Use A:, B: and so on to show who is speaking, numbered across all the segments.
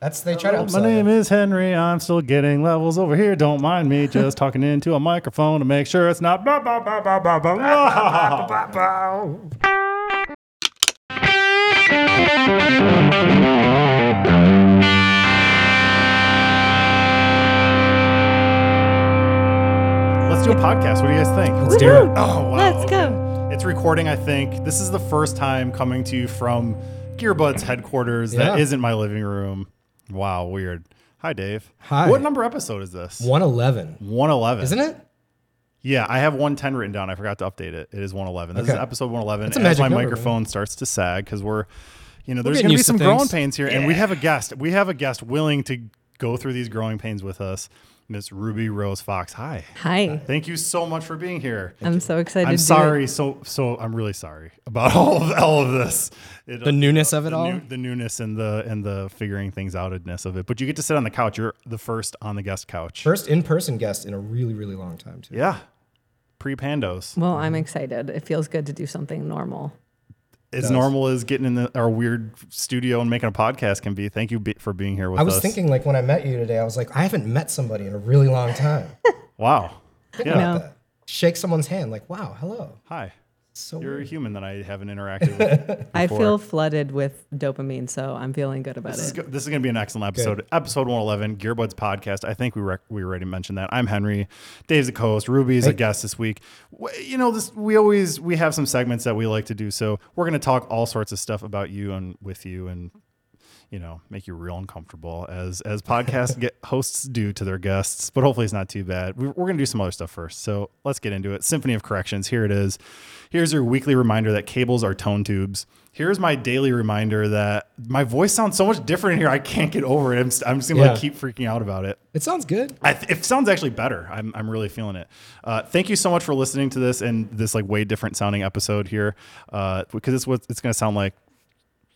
A: That's they try to
B: My
A: upsell
B: name
A: you.
B: is Henry. I'm still getting levels over here. Don't mind me just talking into a microphone to make sure it's not. Bah, bah, bah, bah, bah, bah, bah. Let's do a podcast. What do you guys think? Let's
C: do it.
B: Oh, wow.
C: Let's
B: okay.
C: go.
B: It's recording, I think. This is the first time coming to you from Gearbuds headquarters that
A: Yeah.
B: isn't my living room. Wow, weird. Hi, Dave.
A: Hi.
B: What number episode is this?
A: One eleven,
B: 111.
A: isn't it?
B: Yeah, I have 110 written down. I forgot to update it. It is 111. This is
A: Okay.
B: episode 111.
A: a
B: as
A: magic
B: my
A: number,
B: microphone starts to sag because we're, you know, there's
A: getting
B: going to be
A: used to
B: some growing
A: things.
B: pains here, and we have a guest. We have a guest willing to go through these growing pains with us. Miss Ruby Rose Fox. Hi.
C: Hi.
B: Thank you so much for being here.
C: I'm so excited.
B: I'm
C: to do it.
B: sorry. So so I'm really sorry about all of all of this. It-
A: The newness of it
B: the
A: all?
B: the newness and the and the figuring things outedness of it. But you get to sit on the couch. You're the first on the guest couch.
A: First in-person guest in a really, really long time too.
B: Yeah. Pre pandos.
C: Well, I'm excited. It feels good to do something normal.
B: As normal as getting in the, our weird studio and making a podcast can be. Thank you be- for being here with
A: I was
B: us.
A: thinking like when I met you today, I was like, I haven't met somebody in a really long time.
B: Wow. Yeah.
C: No.
A: Uh, Shake someone's hand, like, wow, hello.
B: Hi.
A: So
B: You're a human that I haven't interacted with.
C: I
B: before.
C: feel flooded with dopamine, so I'm feeling good about
B: This is,
C: it.
B: go- this is going to be an excellent episode. Episode 111, Gearbuds Podcast. I think we rec- we already mentioned that. I'm Henry. Dave's the co-host. Ruby's a guest this week. W- You know, this we always we have some segments that we like to do. So we're going to talk all sorts of stuff about you and with you and you know make you real uncomfortable as as podcast get hosts do to their guests. But hopefully it's not too bad. We, we're going to do some other stuff first. So let's get into it. Symphony of Corrections. Here it is. Here's your weekly reminder that cables are tone tubes. Here's my daily reminder that my voice sounds so much different in here. I can't get over it. I'm, just- I'm just gonna like
A: Yeah.
B: keep freaking out about it.
A: it sounds good.
B: I th- it sounds actually better. I'm, I'm really feeling it. Uh, thank you so much for listening to this and this like way different sounding episode here uh, because it's what it's going to sound like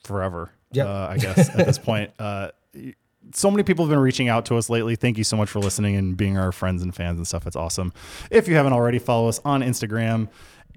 B: forever.
A: Yep.
B: Uh, I guess at this point. Uh, y- so many people have been reaching out to us lately. Thank you so much for listening and being our friends and fans and stuff. It's awesome. If you haven't already, follow us on Instagram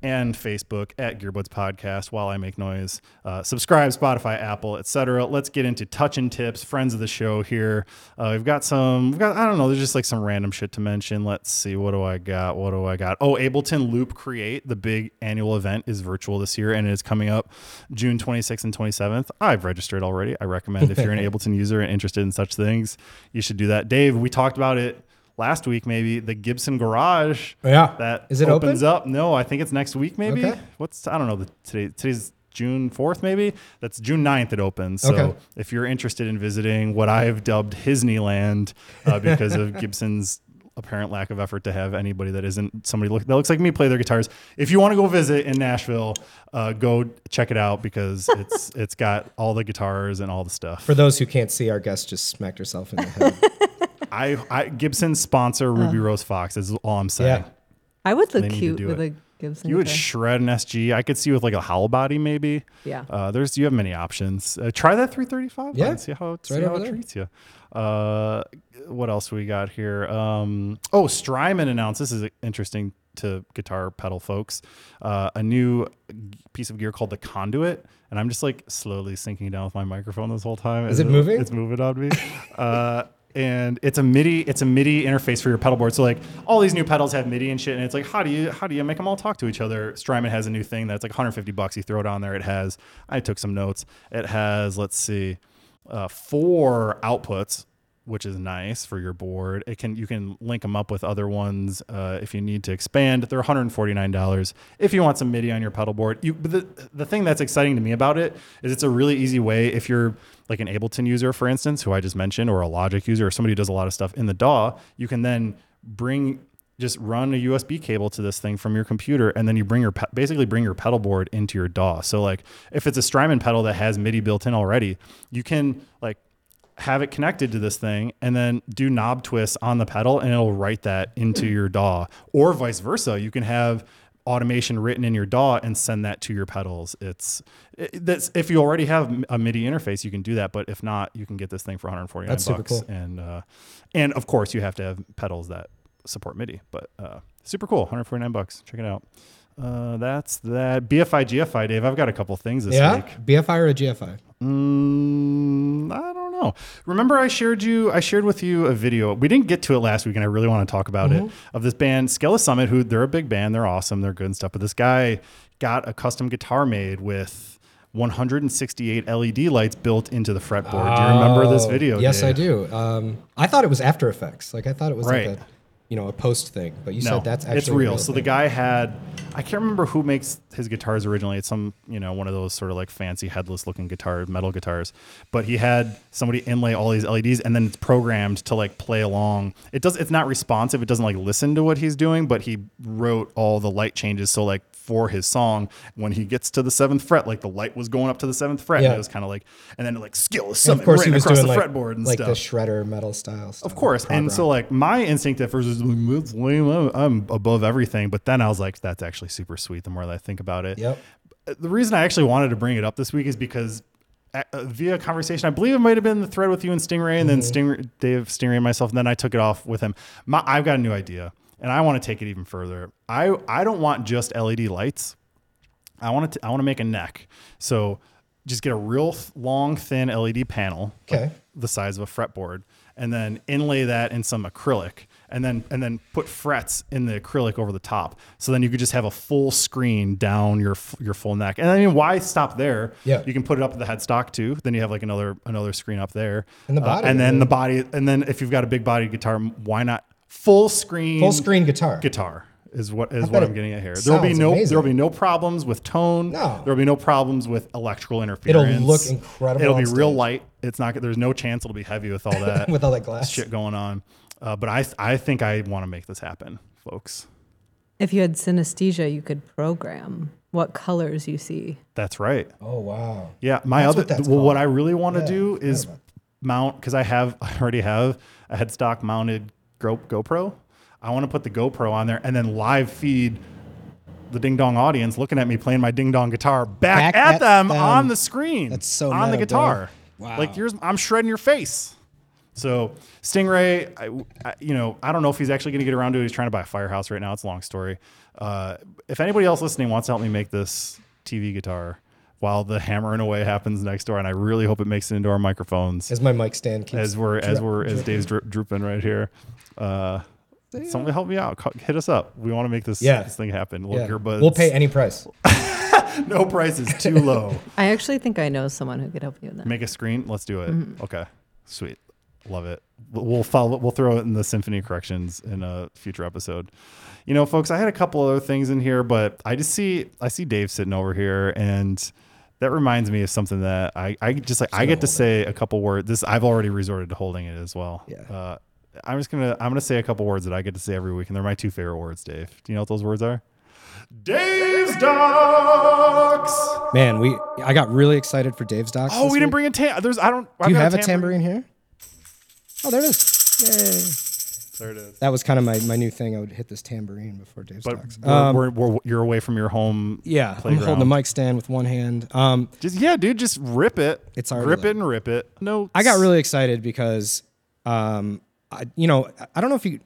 B: and Facebook at Gearbuds Podcast. While I make noise, uh, subscribe, Spotify, Apple, etc. Let's get into touch and tips. Friends of the show here. Uh, we've got some. We've got I don't know. There's just like some random shit to mention. Let's see. What do I got? What do I got? Oh, Ableton Loop Create, the big annual event, is virtual this year and it is coming up June 26th and 27th. I've registered already. I recommend if you're an Ableton user and interested in such things, you should do that. Dave, we talked about it last week, maybe the Gibson Garage.
A: Yeah.
B: That
A: Is it open?
B: opens up. No, I think it's next week, maybe.
A: Okay.
B: What's I don't know. The, today today's June 4th, maybe. That's June 9th. It opens. So
A: Okay.
B: if you're interested in visiting what I've dubbed Disneyland uh, because of Gibson's apparent lack of effort to have anybody that isn't somebody look, that looks like me play their guitars. If you want to go visit in Nashville, uh, go check it out because it's it's got all the guitars and all the stuff.
A: For those who can't see, our guest just smacked herself in the head.
B: I, I Gibson sponsor Ruby Rose Fox is all I'm saying.
A: yeah.
C: I would look
B: need to
C: cute
B: do
C: with
B: it.
C: a Gibson.
B: You would
C: guitar.
B: shred an SG. I could see you with like a hollow body, maybe.
C: Yeah.
B: Uh, there's you have many options. Uh, try that 335.
A: Yeah.
B: and see how it,
A: right
B: see how
A: over
B: it
A: there.
B: treats you. Uh, what else we got here? Um, oh, Strymon announced this is interesting to guitar pedal folks. Uh, a new piece of gear called the Conduit, and I'm just like slowly sinking down with my microphone this whole time. Is
A: it moving?
B: It's moving on me. uh, and it's a MIDI, it's a MIDI interface for your pedal board. So like all these new pedals have MIDI and shit, and it's like how do you how do you make them all talk to each other? Strymon has a new thing that's like 150 bucks. You throw it on there. It has I took some notes. It has let's see, uh, four outputs. Which is nice for your board. It can you can link them up with other ones uh, if you need to expand. They're 149 dollars if you want some MIDI on your pedal board. You but the the thing that's exciting to me about it is it's a really easy way if you're like an Ableton user, for instance, who I just mentioned, or a Logic user, or somebody who does a lot of stuff in the DAW, you can then bring just run a USB cable to this thing from your computer, and then you bring your pe- basically bring your pedal board into your DAW. So like if it's a Strymon pedal that has MIDI built in already, you can like have it connected to this thing and then do knob twists on the pedal and it'll write that into your DAW or vice versa. You can have automation written in your DAW and send that to your pedals. It's it, that's if you already have a MIDI interface, you can do that. But if not, you can get this thing for 149
A: That's super
B: bucks.
A: cool.
B: And uh, and of course you have to have pedals that support MIDI, but uh, super cool. 149 bucks. Check it out. Uh, that's that BFI GFI Dave. I've got a couple things this
A: yeah.
B: week.
A: BFI or a GFI?
B: Mm, I don't know. know. Remember, I shared you, I shared with you a video. We didn't get to it last week, and I really want to talk about it.
A: Mm-hmm.
B: Of this band, Skella Summit, who they're a big band, they're awesome, they're good and stuff. But this guy got a custom guitar made with 168 LED E lights built into the fretboard. Do you remember this
A: Oh,
B: video?
A: Yes, I
B: Dave?
A: do. Um, I thought it was After Effects. Like I thought it was
B: Right.
A: like a, you know, a post thing. But you
B: No,
A: said that's actually
B: it's real. So the
A: thing.
B: guy had I can't remember who makes his guitars originally. It's some you know one of those sort of like fancy headless looking guitar metal guitars. But he had somebody inlay all these LEDs and then it's programmed to like play along. It does. It's not responsive. It doesn't like listen to what he's doing. But he wrote all the light changes. So like for his song, when he gets to the seventh fret, like the light was going up to the seventh fret. And
A: Yeah.
B: it was kind of like and then it like skill
A: And
B: summit
A: of course,
B: right
A: he was
B: across
A: doing
B: the
A: like,
B: fretboard and
A: like
B: stuff.
A: the shredder metal style. Stuff,
B: Of course. And so like my instinct at first was like, "That's lame. I'm- I'm above everything. But then I was like, that's actually super sweet the more that I think about it.
A: Yep.
B: The reason I actually wanted to bring it up this week is because uh, uh, via conversation, I believe it might have been the thread with you and Stingray and then
A: Mm-hmm.
B: Stingray, Dave, Stingray and myself. And then I took it off with him. My, I've got a new idea and I want to take it even further. I, I don't want just LED lights. I want to I want to make a neck. So just get a real th- long thin LED panel, like
A: Okay.
B: the size of a fretboard, and then inlay that in some acrylic, and then and then put frets in the acrylic over the top. So then you could just have a full screen down your f- your full neck. And I mean, why stop there?
A: Yeah.
B: you can put it up at the headstock too. Then you have like another another screen up there, Uh,
A: And the body,
B: and then
A: yeah.
B: the body, and then if you've got a big body guitar, why not full screen?
A: full screen guitar.
B: guitar is what is
A: bet
B: what I'm
A: it
B: getting at here. There'll be
A: sounds
B: no
A: amazing.
B: there'll be no problems with tone.
A: No.
B: There'll be no problems with electrical interference.
A: look incredible
B: It'll
A: on
B: be real
A: stage.
B: light. It's not there's no chance it'll be heavy with all that
A: With all that glass.
B: shit going on. Uh, but I I think I want to make this happen, folks.
C: If you had synesthesia, you could program what colors you see.
B: That's right.
A: Oh wow.
B: Yeah, my
A: That's
B: other
A: what that's
B: well, what
A: called.
B: I really want to
A: Yeah,
B: do
A: I forgot
B: is
A: about
B: mount because I have I already have a headstock mounted Go, GoPro. I want to put the GoPro on there and then live feed the ding dong audience looking at me playing my ding dong guitar back,
A: Back
B: at,
A: at
B: them,
A: them.
B: on the screen.
A: That's so
B: on the
A: meta,
B: guitar.
A: bro. Wow.
B: Like yours, I'm shredding your face. So Stingray, I, I- you know, I don't know if he's actually going to get around to it. He's trying to buy a firehouse right now. It's a long story. Uh, if anybody else listening wants to help me make this TV guitar while the hammering away happens next door, and I really hope it makes it into our microphones
A: As my mic stand keeps.
B: as we're as
A: drip-
B: we're as Dave's drip, drooping right here. Uh, somebody help me out. Ca- Hit us up. We want to make this,
A: Yeah.
B: this thing happen. Little
A: yeah.
B: earbuds.
A: We'll pay any price.
B: no price is too low.
C: I actually think I know someone who could help you in that.
B: Make a screen. Let's do it. Okay. Sweet. Love it. We'll we'll follow. We'll throw it in the symphony corrections in a future episode. You know, folks, I had a couple other things in here, but I just see I see Dave sitting over here, and that reminds me of something that I I just like I get to say a couple words. This I've already resorted to holding it as well.
A: Yeah.
B: Uh, I'm just gonna I'm gonna say a couple words that I get to say every week, and they're my two favorite words, Dave. Do you know what those words are? Dave's docs.
A: Man, we I got really excited for Dave's docs.
B: Oh,
A: this
B: we didn't
A: week.
B: bring a tam. There's I don't. I've
A: Do you
B: got
A: have a
B: tambourine.
A: tambourine here? Oh, there it is. Yay.
B: There it is.
A: That was kind of my, my new thing. I would hit this tambourine before Dave's
B: But
A: docs.
B: we're, we're, we're, you're away from your home.
A: Yeah,
B: playground.
A: I'm holding the mic stand with one hand. Um,
B: Just yeah, dude. Just rip it.
A: It's already
B: rip
A: lit.
B: it and rip it. No,
A: I got really excited because, um, I, you know, I- I don't know if you,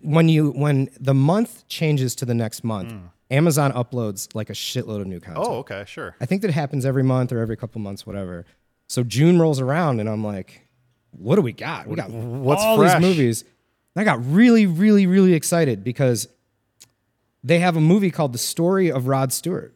A: when you when the month changes to the next month, Amazon uploads like a shitload of new content.
B: Oh, okay, sure.
A: I think that happens every month or every couple months, whatever. So June rolls around and I'm like, what do we got? We got
B: what's
A: all
B: fresh?
A: these movies. And I got really, really, really excited because they have a movie called The Story of Rod Stewart.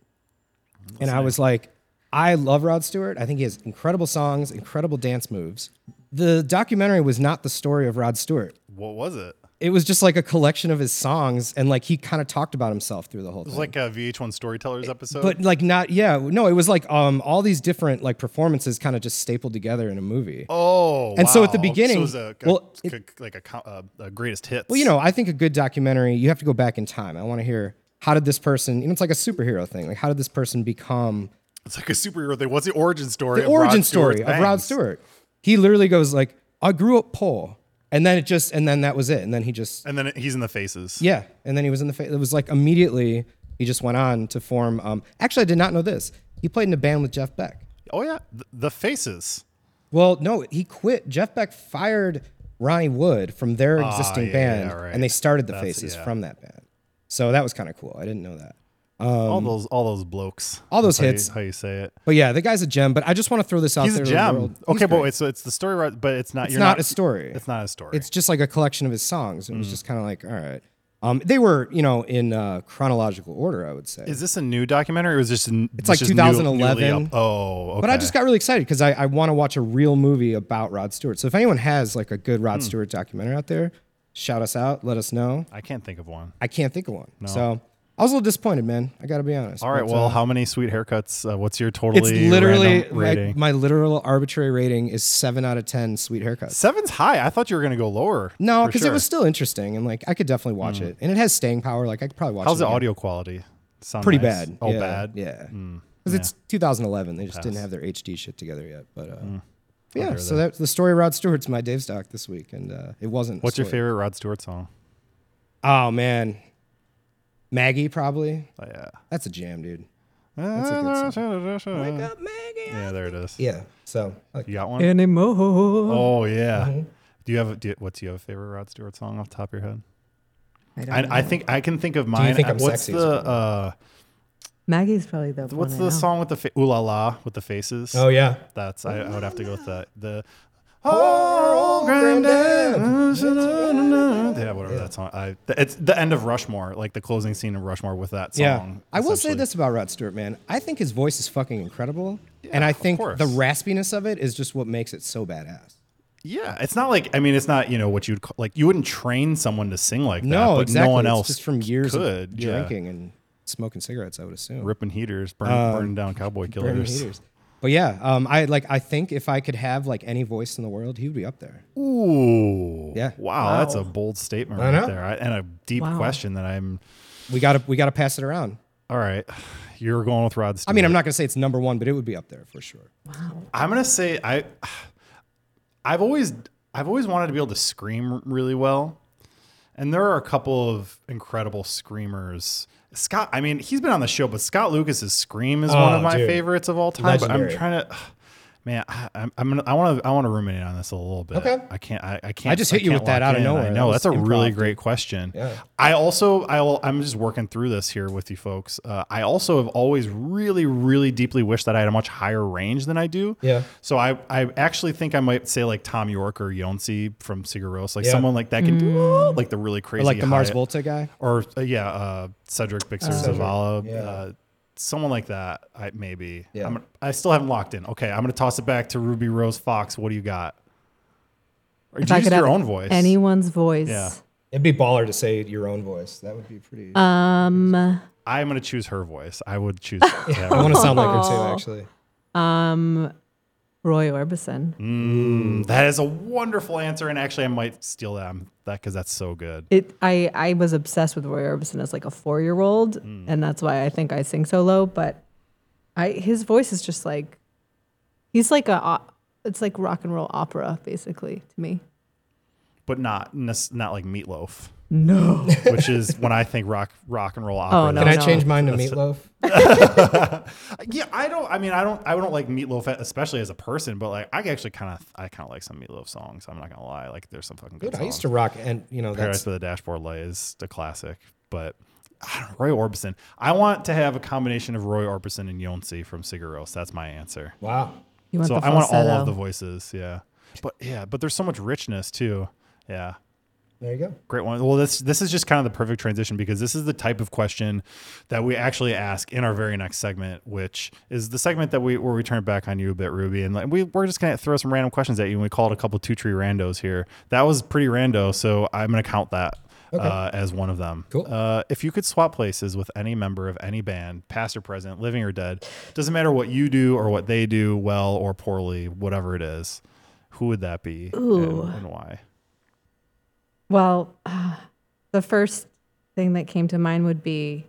A: and I was like, I love Rod Stewart. I think he has incredible songs, incredible dance moves. The documentary was not the story of Rod Stewart.
B: What was it? It
A: It was just like a collection of his songs, and like he kind of talked about himself through the whole thing
B: was like a VH1 Storytellers episode.
A: but like not yeah no it was like um all these different like performances kind of just stapled together in a movie
B: oh,
A: and so at
B: wow.
A: the beginning-
B: it was a, a-
A: well,
B: c- like a, co- uh, a greatest hits.
A: well you know i think a good documentary you have to go back in time i want to hear how did this person you know it's like a superhero thing like how did this person become
B: it's like a superhero thing. What's the origin story?
A: the
B: of Rod
A: origin
B: Stewart's
A: story of Rod
B: bangs?
A: Stewart. He literally goes like, "I grew up poor," and then it just, and then that was it, and then he just,
B: And then it- he's in the faces.
A: yeah, and then he was in the. Fa- it was like immediately he just went on to form. Um, actually, I did not know this. He played in a band with Jeff Beck.
B: Oh yeah, the, the faces.
A: Well, no, he quit. Jeff Beck fired Ronnie Wood from their existing
B: Ah, yeah,
A: band,
B: yeah, right.
A: and they started the
B: That's-
A: Faces
B: yeah.
A: from that band. So that was kind of cool. I didn't know that.
B: all those all those blokes.
A: Um, all those
B: That's how you-
A: hits.
B: how you say it.
A: But yeah, the guy's a gem. But I just want to throw this out
B: He's
A: there.
B: a
A: to the
B: gem.
A: world. He's
B: Okay, but
A: great.
B: wait, so it's the story, right? But it's not.
A: it's
B: you're
A: not, a story.
B: It's not a story.
A: It's just like a collection of his songs.
B: Mm.
A: And it was just kind of like, all right. Um, they were, you know, in uh, chronological order, I would say.
B: Is this a new documentary or is this? N- it's
A: like
B: just new- newly
A: 2011.
B: up? oh, okay.
A: But I just got really excited because I, I want to watch a real movie about Rod Stewart. So if anyone has like a good Rod
B: Mm.
A: Stewart documentary out there, shout us out. Let us know.
B: I can't think of one.
A: I can't think of one. So I was a little disappointed, man. I got to be honest.
B: All right.
A: But,
B: Well,
A: uh,
B: how many sweet haircuts? Uh, what's your totally?
A: it's literally
B: random
A: my,
B: rating?
A: my literal arbitrary rating is seven out of ten sweet haircuts.
B: Seven's high. I thought you were gonna go lower.
A: No,
B: for
A: because
B: sure. Hmm.
A: it was still interesting and like I could definitely watch it, and it has staying power. Like I could probably watch.
B: How's
A: it
B: the
A: again.
B: audio quality? Sound
A: Pretty
B: nice?
A: bad.
B: Oh,
A: yeah,
B: bad. Hmm.
A: Yeah, because it's 2011. They just didn't have their HD shit together yet. But uh,
B: Hmm.
A: but yeah, so that's the story. of Rod Stewart's my Dave stock this week, and uh, it wasn't. a
B: What's your
A: story.
B: favorite Rod Stewart song?
A: Oh man, Maggie probably.
B: Oh, yeah.
A: That's a jam, dude.
B: Uh,
A: good
B: Yeah,
A: Maggie.
B: there it is.
A: Yeah. So like,
B: You got one?
C: anymore.
B: Oh yeah.
A: Mm-hmm.
B: Do you have do you, what's your favorite Rod Stewart song off the top of your head?
C: don't
B: I, I think I can think of mine.
A: Mm-hmm. think I'm
B: what's
A: sexy is
B: the uh,
C: Maggie's probably the
B: what's
C: one I
B: the
C: know.
B: song with the fa- ooh la la with the faces?
A: oh yeah.
B: That's I, I would have to go with that. The oh, old granddad. Yeah, whatever that song. I th- it's the end of Rushmore, like the closing scene of Rushmore with that song.
A: Yeah. I will say
B: essentially.
A: this about Rod Stewart, man. I think his voice is fucking incredible. and I
B: of
A: think
B: course.
A: the raspiness of it is just what makes it so badass.
B: Yeah, it's not like I mean, it's not you know what you'd call, like you wouldn't train someone to sing like that.
A: No,
B: but
A: exactly.
B: No one
A: It's
B: else
A: just from years
B: could
A: of
B: yeah.
A: drinking and smoking cigarettes, I would assume.
B: ripping heaters, burn, burning down cowboy
A: Burning
B: killers.
A: haters. But yeah, um, I like I think if I could have like any voice in the world, he would be up there.
B: Ooh,
A: Yeah.
B: Wow, that's a bold statement right
A: know.
B: there, I, and a deep
C: Wow.
B: question that I'm.
A: We gotta we gotta pass it around.
B: All right, you're going with Rod.
A: I
B: Stewart.
A: mean, I'm not gonna say it's number one, but it would be up there for sure.
B: I'm gonna say I I've always I've always wanted to be able to scream really well. And there are a couple of incredible screamers. Scott, I mean, he's been on the show, but Scott Lucas's scream is one
A: Oh,
B: of my
A: dude.
B: favorites of all time. But
A: Legendary.
B: I'm trying to Man, I, I'm, I'm gonna, I want to I want to ruminate on this a little bit.
A: Okay.
B: I can't I, I can't.
A: I just hit you
B: can't
A: with that
B: lock
A: out of
B: in.
A: nowhere.
B: I
A: That
B: know
A: was
B: that's a
A: improv,
B: really
A: dude.
B: great question.
A: Yeah.
B: I also I will, I'm just working through this here with you folks. Uh, I also have always really really deeply wished that I had a much higher range than I do.
A: Yeah.
B: So I I actually think I might say like Tom York or Yonsei from Cigarillos, like
A: Yeah. Mm.
B: someone like that can do like the really
A: Or
B: crazy
A: like the Mars
B: high-
A: Volta guy.
B: or uh, yeah, uh, Cedric Bixer Zavala,
A: yeah.
B: uh, someone like that. I maybe.
A: Yeah.
B: I'm, gonna- I still haven't locked in. Okay, I'm gonna toss it back to Ruby Rose Fox. What do you got? Or
C: If
B: you
C: I
B: use
C: could
B: your
C: have
B: own voice.
C: Anyone's voice.
B: Yeah.
A: It'd be baller to say your own voice. That would be pretty.
C: Um,
B: I'm gonna choose her voice. I would choose.
A: I
B: yeah.
A: want to sound like her too, actually.
C: Roy Orbison.
B: That is a wonderful answer, and actually, I might steal that that because that's so good.
C: It. I. I was obsessed with Roy Orbison as like a four-year-old,
B: Mm.
C: and that's why I think I sing so low. But I. His voice is just like. He's like a. o- It's like rock and roll opera, basically, to me.
B: but not nes- not like meatloaf,
C: No.
B: which is when I think rock rock and roll opera.
C: Oh, no.
A: Can I
B: that's-
A: change mine to meatloaf?
B: Yeah, I don't. I mean, I don't. I don't like meatloaf, especially as a person. But like, I actually kind of I kind of like some meatloaf songs. I'm not gonna lie. Like, there's some fucking good
A: Dude, I
B: songs.
A: used to rock and you know
B: Paradise
A: that's
B: by the Dashboard Light is a classic, but. I don't know, Roy Orbison. I want to have a combination of Roy Orbison and Yonsei from Cigarillos. That's my answer.
A: wow.
C: You want
B: so
C: the
B: I want all
C: falsetto.
B: of the voices. Yeah, but yeah, but there's so much richness too. Yeah,
A: There you go.
B: Great one. Well, this this is just kind of the perfect transition because this is the type of question that we actually ask in our very next segment, which is the segment that we where we turn it back on you a bit, Ruby, and like, we we're just gonna throw some random questions at you. and We called a couple two tree randos here. That was pretty rando, so I'm gonna count that. Uh, as one of them.
A: Cool.
B: Uh, if you could swap places with any member of any band, past or present, living or dead, doesn't matter what you do or what they do, well or poorly, whatever it is, who would that be and- and why?
C: Well, uh, the first thing that came to mind would be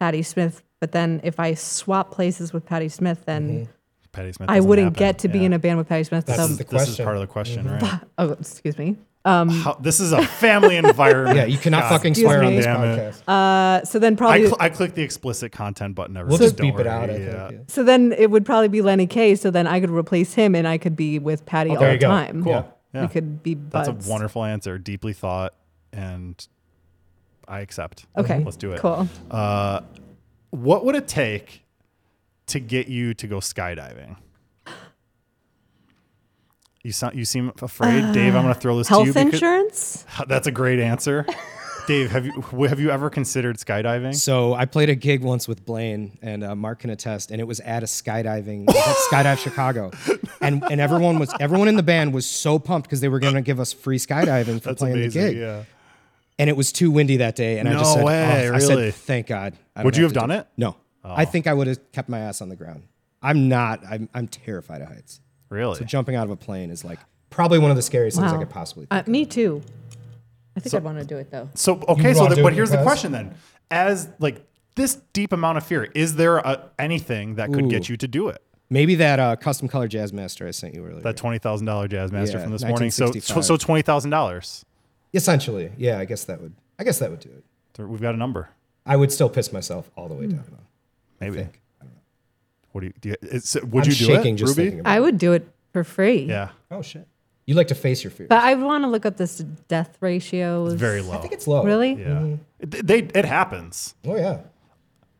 C: Patty Smith. But then if I swap places with Patty Smith, then
B: Patty Smith.
C: I
B: Mm-hmm. doesn't
C: wouldn't
B: happen.
C: get to be
B: Yeah.
C: in a band with Patty Smith.
A: That's
C: so,
A: the
B: This is
A: question.
B: part of the question, right?
C: oh, excuse me. um,
B: How, this is a family environment.
A: Yeah, you cannot fucking
C: excuse
A: swear on
C: me.
A: this
B: Damn it.
A: podcast.
C: Uh, so then
B: I,
C: probably.
B: cl- I click the explicit content button every.
A: we'll
B: time,
A: just
B: don't
A: beep it
B: worry,
A: out. I think.
B: yeah.
A: yeah.
C: so then it would probably be Lenny Kaye. So then I could replace him, and I could be with Patty all
A: there
C: the
A: you go.
C: time.
A: Cool.
B: Yeah.
C: We could be
B: That's
C: buds.
B: a wonderful answer. Deeply thought, and I accept.
C: Okay.
B: let's do it.
C: Cool.
B: Uh, What would it take to get you to go skydiving? You sound, you seem afraid, Dave. I'm going to throw this to you.
C: Uh, Health
B: because-
C: insurance?
B: That's a great answer, Dave. Have you have you ever considered skydiving?
A: So I played a gig once with Blaine, and uh, Mark can attest, and it was at a skydiving, it was at Skydive Chicago, and and everyone was everyone in the band was so pumped because they were going to give us free skydiving for
B: That's
A: playing
B: amazing.
A: the gig,
B: Yeah.
A: and it was too windy that day, and I
B: No
A: just said,
B: way,
A: "Oh," I
B: really?
A: said, thank God. I don't
B: Would you have
A: to
B: done
A: do
B: it? Oh.
A: No, I think I would have kept my ass on the ground. I'm not. I'm I'm terrified of heights.
B: Really?
A: Jumping out of a plane is like probably one of the scariest things I
C: Wow.
A: could possibly. do.
C: Uh, me too. I think I'd want to do it though.
B: So okay, so
A: wanna
B: the,
A: do it
B: but here's the
A: because-
B: question then: as like this deep amount of fear, is there a, anything that could get
A: Ooh.
B: you to do it?
A: Maybe that uh, custom color jazz master I sent you earlier.
B: That twenty thousand dollar jazz master
A: Yeah,
B: from this morning. So so,
A: 1965.
B: so twenty thousand dollars.
A: Essentially, yeah. I guess that would. I guess that would do it.
B: We've got a number.
A: I would still piss myself all the way down. though.
B: Maybe.
A: think.
B: What do you? Do you is, would
A: I'm
B: you do
A: shaking
B: it,
A: just
B: Ruby?
A: thinking about
C: I would do it for free.
B: yeah,
A: it. Oh shit! You like to face your fears.
C: But I want to look up this death ratios.
B: very low.
A: I think it's low.
C: Really?
B: yeah,
A: Mm-hmm.
B: It- they it happens.
A: Oh yeah.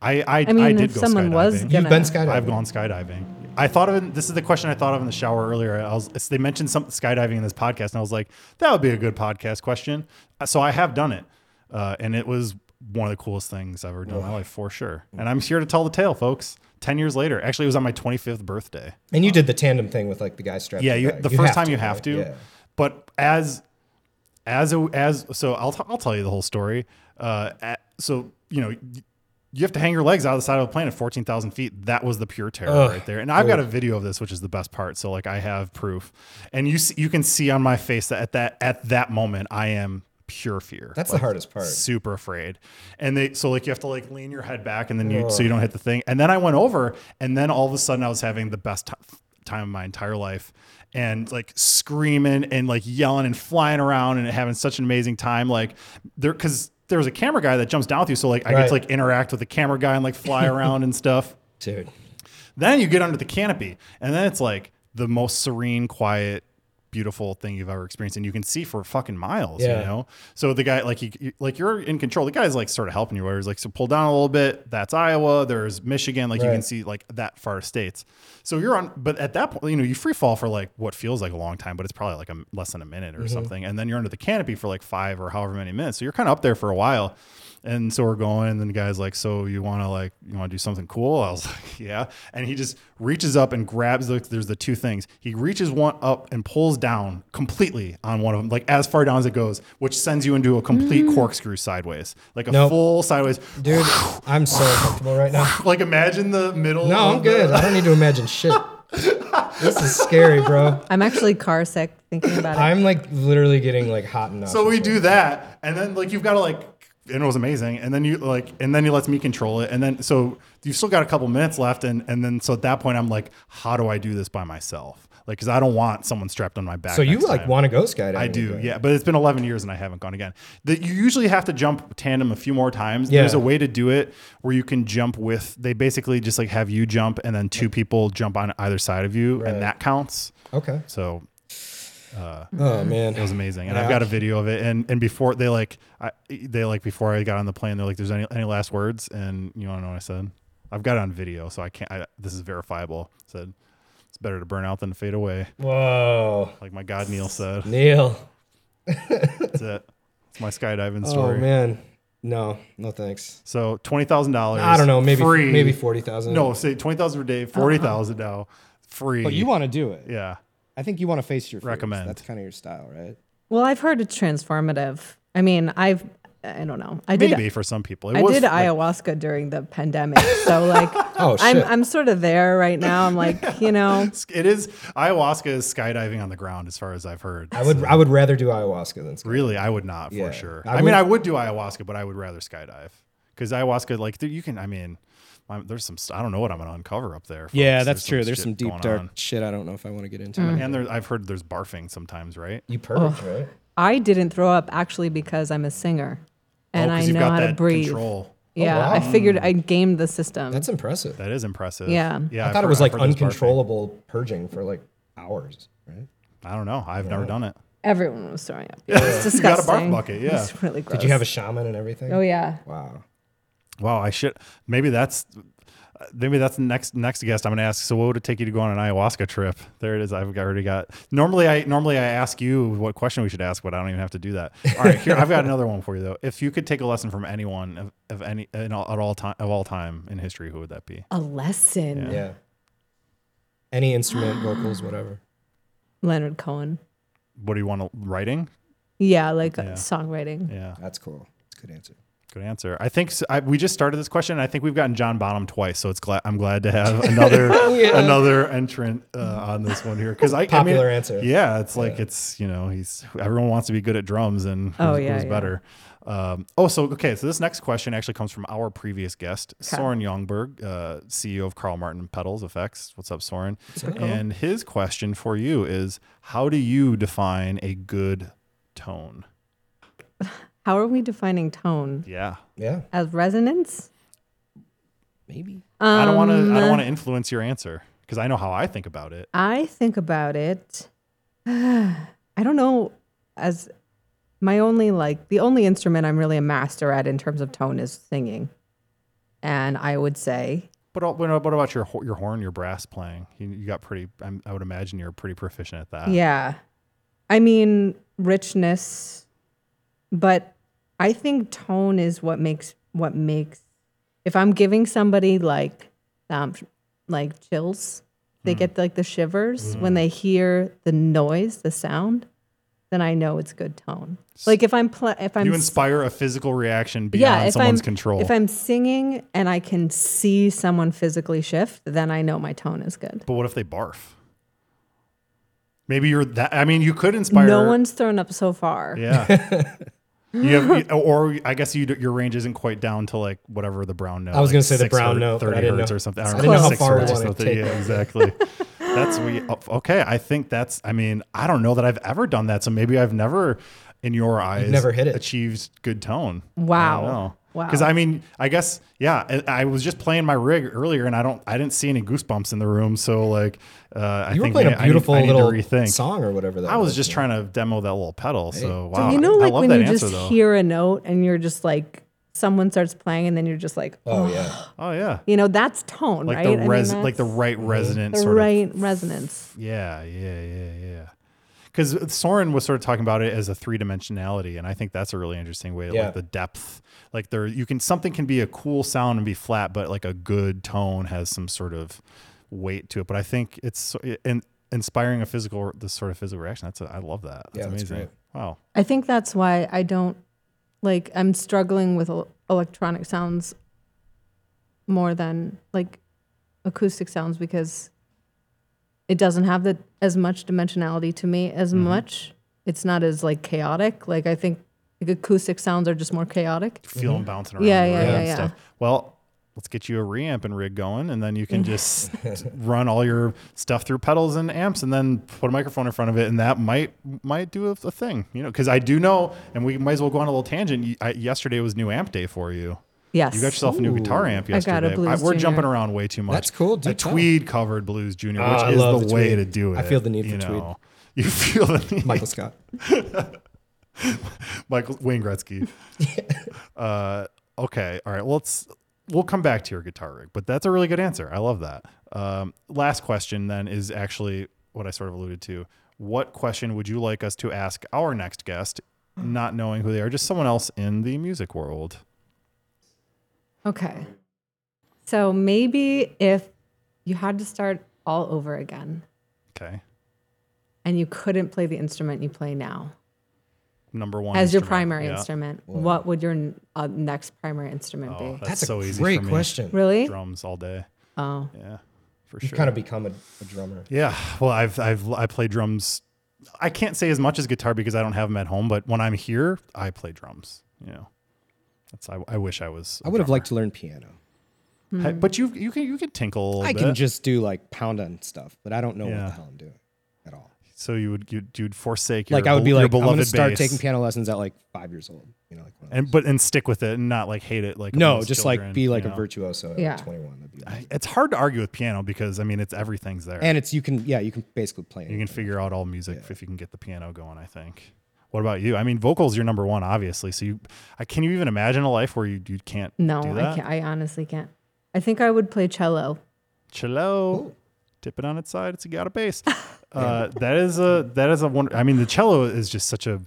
B: I I,
C: I mean,
B: did
C: if
B: go
C: someone was
B: skydiving.
C: gonna,
A: You've been skydiving.
B: I've gone skydiving. I thought of it. This is the question I thought of in the shower earlier. I was they mentioned some skydiving in this podcast, and I was like, that would be a good podcast question. Uh, So I have done it, uh, and it was one of the coolest things I've ever done in my life for sure. And I'm here to tell the tale, folks. Ten years later, actually, it was on my 25th birthday.
A: And you did the tandem thing with like the guy strapped.
B: Yeah,
A: to
B: you,
A: back.
B: the first time you
A: right?
B: have to.
A: Yeah.
B: But as as a, as so, I'll t- I'll tell you the whole story. Uh, at- so you know. y- You have to hang your legs out of the side of a plane at 14,000 feet. That was the pure terror right there. And I've got a video of this, which is the best part. So like I have proof and you see, you can see on my face that at that, at that moment, I am pure fear.
A: That's
B: Like,
A: the hardest part.
B: super afraid. And they so like you have to like lean your head back and then you so you don't hit the thing. And then I went over and then all of a sudden I was having the best ti- time of my entire life and like screaming and like yelling and flying around and having such an amazing time like there cuz there was a camera guy that jumps down with you so like I get
A: Right.
B: to like interact with the camera guy and like fly around and stuff.
A: Dude.
B: Then you get under the canopy, and then it's like the most serene, quiet, beautiful thing you've ever experienced, and you can see for fucking miles.
A: Yeah.
B: You know, so the guy like you, you- like you're in control. The guy's like sort of helping you. Where he's like, so pull down a little bit. That's Iowa. There's Michigan. Like you can
A: Right.
B: see like that far states. So you're on, but at that point, you know, you free fall for like what feels like a long time, but it's probably like a less than a minute
A: Mm-hmm.
B: or something, and then you're under the canopy for like five or however many minutes. So you're kind of up there for a while. And so we're going, and then the guy's like, "So you want to like you want to do something cool?" I was like, "Yeah." And he just reaches up and grabs. The, there's the two things. He reaches one up and pulls down completely on one of them, like as far down as it goes, which sends you into a complete corkscrew sideways, like a
A: Mm. Nope.
B: full sideways.
A: Dude, I'm so uncomfortable right now.
B: Like imagine the middle.
A: No,
B: of
A: I'm good.
B: The,
A: I don't need to imagine shit. This is scary, bro.
C: I'm actually car sick thinking about it.
A: I'm like literally getting like hot and
B: so we
A: nauseous.
B: do that, and then like you've got to like. And it was amazing, and then you like, and then he lets me control it, and then so you've still got a couple minutes left, and and then so at that point I'm like, how do I do this by myself? Like, because I don't want someone strapped on my back.
A: So you
B: next
A: like
B: time.
A: want to go skydiving?
B: I do,
A: right?
B: yeah. But it's been 11 years and I haven't gone again. That you usually have to jump tandem a few more times. There's
A: Yeah.
B: a way to do it where you can jump with. They basically just like have you jump and then two people jump on either side of you,
A: Right.
B: and that counts.
A: Okay.
B: So
A: Oh man.
B: it was amazing, and I've
A: Yeah.
B: got a video of it. And and before they like, I, they like before I got on the plane, they're like, "There's any any last words?" And you want to know what I said? I've got it on video, so I can't. I, this is verifiable. I said it's better to burn out than to fade away,
A: Whoa,
B: like my God Neil said.
A: Neil.
B: That's it. It's my skydiving
A: Oh
B: story.
A: man. No, no thanks.
B: So twenty thousand dollars.
A: I don't know. Maybe
B: free.
A: maybe forty thousand.
B: No, say twenty thousand per day, forty thousand now, free.
A: but you want to do it.
B: yeah,
A: I think you want to face your fears.
B: Recommend.
A: That's kind of your style, right?
C: well, I've heard it's transformative. I mean, I've I don't know. I did
B: maybe for some people. It
C: I
B: was
C: did
B: like,
C: ayahuasca during the pandemic, so like
A: Oh shit.
C: I'm I'm sort of there right now. I'm like you know,
B: It is ayahuasca is skydiving on the ground, as far as I've heard.
A: I would I would rather do ayahuasca than skydiving.
B: really, I would not
A: Yeah.
B: for sure. I,
A: I
B: mean,
A: would-
B: I would do ayahuasca, but I would rather skydive because ayahuasca, like there- you can. I mean, i there's some. st- I don't know what I'm gonna uncover up there. folks. shit going on.
A: shit. I don't know if I want to get into.
C: Mm-hmm.
B: And there, I've heard there's barfing sometimes, right?
A: You purge, right?
C: I didn't throw up actually because I'm a singer, and
B: Oh, 'cause
C: I
B: you've
C: know
B: got
C: how to
B: that
C: breathe.
B: Control. Oh, Mm.
C: Yeah,
A: wow.
C: I figured I gamed the system.
A: That's impressive.
B: That is impressive.
C: Yeah.
B: yeah.
A: I
B: I've
A: thought it
B: heard-
A: was like
B: I've heard there's barfing.
A: uncontrollable purging for like hours, right?
B: I don't know. I've never done it.
C: Everyone was throwing up. Yeah, it's
B: You got a barf
C: disgusting.
B: bucket, yeah.
C: It's really gross.
A: Did you have a shaman and everything?
C: Oh yeah.
A: Wow.
B: Wow, I should maybe that's maybe that's the next next guest I'm gonna ask. So what would it take you to go on an ayahuasca trip? There it is. I've already got normally I normally I ask you what question we should ask, but I don't even have to do that. All right, here I've got another one for you though. If you could take a lesson from anyone of, of any in all, at all time of all time in history, who would that be?
C: A lesson.
A: Yeah. Any instrument, vocals, whatever.
C: Leonard Cohen.
B: What do you want to writing?
C: Yeah, like
B: Yeah.
C: uh songwriting.
B: Yeah.
A: That's cool. That's a good answer.
B: Good answer. I think s I we just started this question. And I think we've gotten John Bonham twice, so it's glad I'm glad to have another another entrant uh, on this one here because I I
A: Popular
B: mean,
A: answer.
B: Yeah, it's like it's you know he's everyone wants to be good at drums and who's,
C: Oh, yeah,
B: who's
C: yeah.
B: better. Um, oh, so okay, so this next question actually comes from our previous guest Soren Youngberg, uh, CEO of Carl Martin Pedals Effects. What's up, Soren? And his question for you is, how do you define a good tone?
C: How are we defining tone?
B: Yeah.
A: Yeah.
C: As resonance?
A: Maybe.
B: I don't want to. I don't want to influence your answer because I know how I think about it.
C: I think about it. I don't know. As my only like the only instrument I'm really a master at in terms of tone is singing, and I would say
B: But al- what what about your ho- your horn, your brass playing? You, you got pretty. I'm, I would imagine you're pretty proficient at that.
C: yeah. I mean richness, but I think tone is what makes what makes. If I'm giving somebody like um like chills, they
B: Hmm.
C: get like the shivers when they hear the noise, the sound. Then I know it's good tone. Like if I'm pl- if I'm
B: you
C: s-
B: inspire a physical reaction
C: yeah,
B: beyond
C: if
B: someone's
C: I'm,
B: control.
C: If I'm singing and I can see someone physically shift, then I know my tone is good.
B: but what if they barf? Maybe you're that. I mean, you could inspire.
C: No one's thrown up so far.
B: Yeah. you have, or I guess you, d- your range isn't quite down to like whatever the brown note.
A: I was
B: like
A: gonna say the
B: six
A: brown
B: hertz-
A: note, but I
B: thirty
A: didn't
B: hertz
A: know-
B: or something.
A: I
B: don't
A: didn't know how
B: six
A: far we
B: hertz or
A: wanted to
B: something.
A: take
B: Yeah,
A: that.
B: exactly. That's we. oh, Okay, I think that's. I mean, I don't know that I've ever done that. So maybe I've never, in your eyes,
A: never hit it.
B: achieved good tone.
C: Wow. Wow.
B: Because I mean, I guess yeah. I, I was just playing my rig earlier, and I don't, I didn't see any goosebumps in the room. So like, uh, I
A: You were
B: think
A: playing
B: may-
A: a beautiful
B: I need,
A: little
B: I need to rethink.
A: song or whatever that
B: I was just trying to demo that little pedal. So wow,
C: You know,
B: I
C: like
B: love
C: when
B: that
C: you
B: answer
C: just
B: though.
C: hear a note and you're just like, someone starts playing and then you're just like, oh,
A: Oh yeah.
B: oh yeah,
C: you know, that's tone,
B: like
C: right? I
B: the
C: mean,
B: res,
C: that's
B: like the right resonant
C: the
B: sort of.
C: right resonance.
B: Yeah, yeah, yeah, yeah. Because Soren was sort of talking about it as a three dimensionality, and I think that's a really interesting way,
A: Yeah.
B: like the depth. Like there, you can something can be a cool sound and be flat, but like a good tone has some sort of weight to it. But I think it's so- in, inspiring a physical, this sort of physical reaction. That's a, I love that. That's
A: Yeah, that's
B: amazing.
A: great.
B: Wow.
C: I think that's why I don't like I'm struggling with el- electronic sounds more than like acoustic sounds because it doesn't have the as much dimensionality to me as
B: Mm-hmm.
C: much. It's not as like chaotic. Like I think like, acoustic sounds are just more chaotic.
B: feel them bouncing around
C: Mm-hmm. Yeah,
B: the
C: yeah,
B: room
C: yeah,
B: and
C: yeah.
B: stuff. Well, let's get you a reamp and rig going, and then you can just run all your stuff through pedals and amps, and then put a microphone in front of it, and that might might do a, a thing, you know. Because I do know, and we might as well go on a little tangent. You- I, yesterday was new amp day for you.
C: Yes.
B: You got yourself a new guitar amp
C: I
B: yesterday.
C: got a
B: we're
C: Blues Junior.
B: jumping around way too much.
A: That's cool. Do
B: a
A: tell.
B: tweed covered blues junior,
A: Ah,
B: which
A: I
B: is
A: love
B: the,
A: the
B: way
A: tweed.
B: to do it.
A: I feel the need
B: you
A: for tweed.
B: know. You feel the need.
A: Michael Scott.
B: Michael Wayne Gretzky. uh, okay, all right. Well, let's we'll come back to your guitar rig, but that's a really good answer. I love that. Um, last question then is actually what I sort of alluded to. What question would you like us to ask our next guest, not knowing who they are, just someone else in the music world?
C: Okay. So maybe if you had to start all over again
B: Okay,
C: and you couldn't play the instrument you play now,
B: number one
C: as your
B: instrument.
C: primary
B: Yeah.
C: instrument, what would your n- uh, next primary instrument
B: Oh,
C: be?
B: that's, so
A: a
B: easy.
A: great
B: for me.
A: question.
C: Really?
B: Drums all day.
C: Oh,
B: Yeah, for
A: You
B: sure.
A: kind of become a, a drummer.
B: Yeah, well, I've I've I play drums. I can't say as much as guitar because I don't have them at home. But when I'm here, I play drums. You know, that's I, I wish I was. I
A: I would have liked to learn piano.
B: but you you can you can tinkle. a little
A: I can
B: bit.
A: just do like pound on stuff, but I don't know what
B: Yeah.
A: the hell I'm doing at all.
B: So you would you'd, you'd forsake your
A: Like I would
B: bel-
A: be
B: your
A: like, I'm gonna
B: beloved
A: start
B: bass
A: taking piano lessons at like five years old. You know, like when I
B: and but and stick with it and not like hate it like
A: No,
B: most
A: just
B: children,
A: like be like
B: you
A: a
B: know?
A: virtuoso at
C: Yeah.
A: 21. That'd be awesome.
B: It's hard to argue with piano because I mean it's everything's there.
A: And it's you can yeah you can basically play.
B: you
A: anything.
B: can figure out all music if you can get the piano going. I think. What about you? I mean, vocals your number one, obviously. So you, I, can you even imagine a life where you, you can't
C: No,
B: do
C: I
B: that?
C: can't. I honestly can't. I think I would play cello.
B: cello. Tip it on its side. It's got a bass. Uh, that is a that is a one. I mean, the cello is just such a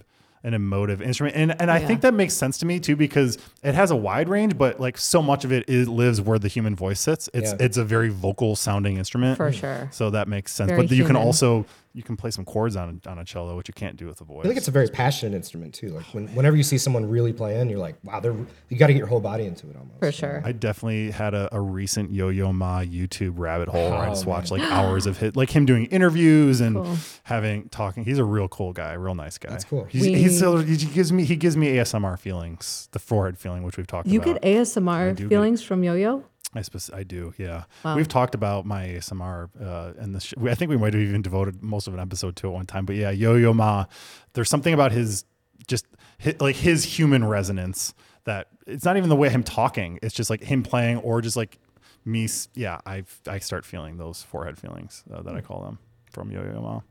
B: an emotive instrument, and and I
C: Yeah.
B: think that makes sense to me too because it has a wide range, but like so much of it is lives where the human voice sits. It's
A: Yeah.
B: it's a very vocal sounding instrument
C: For sure.
B: So that makes sense.
C: Very
B: but you can
C: human.
B: also you can play some chords on on a cello, which you can't do with a voice.
A: I think it's a very passionate instrument too. Like when, whenever you see someone really playing, you're like, wow, they're you got to get your whole body into it almost.
C: For sure.
B: I definitely had a, a recent Yo Yo Ma YouTube rabbit hole where I just watched like hours of hit, like him doing interviews and having talking. He's a real cool guy, real nice guy. That's
A: cool.
B: He's, he's still, he gives me he gives me ASMR feelings, the forehead feeling, which we've talked
C: You
B: about.
C: get ASMR
B: do get-
C: feelings from Yo Yo?
B: I, spec- I do, yeah. We've talked about my ASMR uh, and the sh- I think we might have even devoted most of an episode to it one time. But yeah, Yo Yo Ma, there's something about his just hi like his human resonance that it's not even the way him talking. It's just like him playing or just like me. s- Yeah, I I start feeling those forehead feelings uh, that I call them from Yo Yo Ma.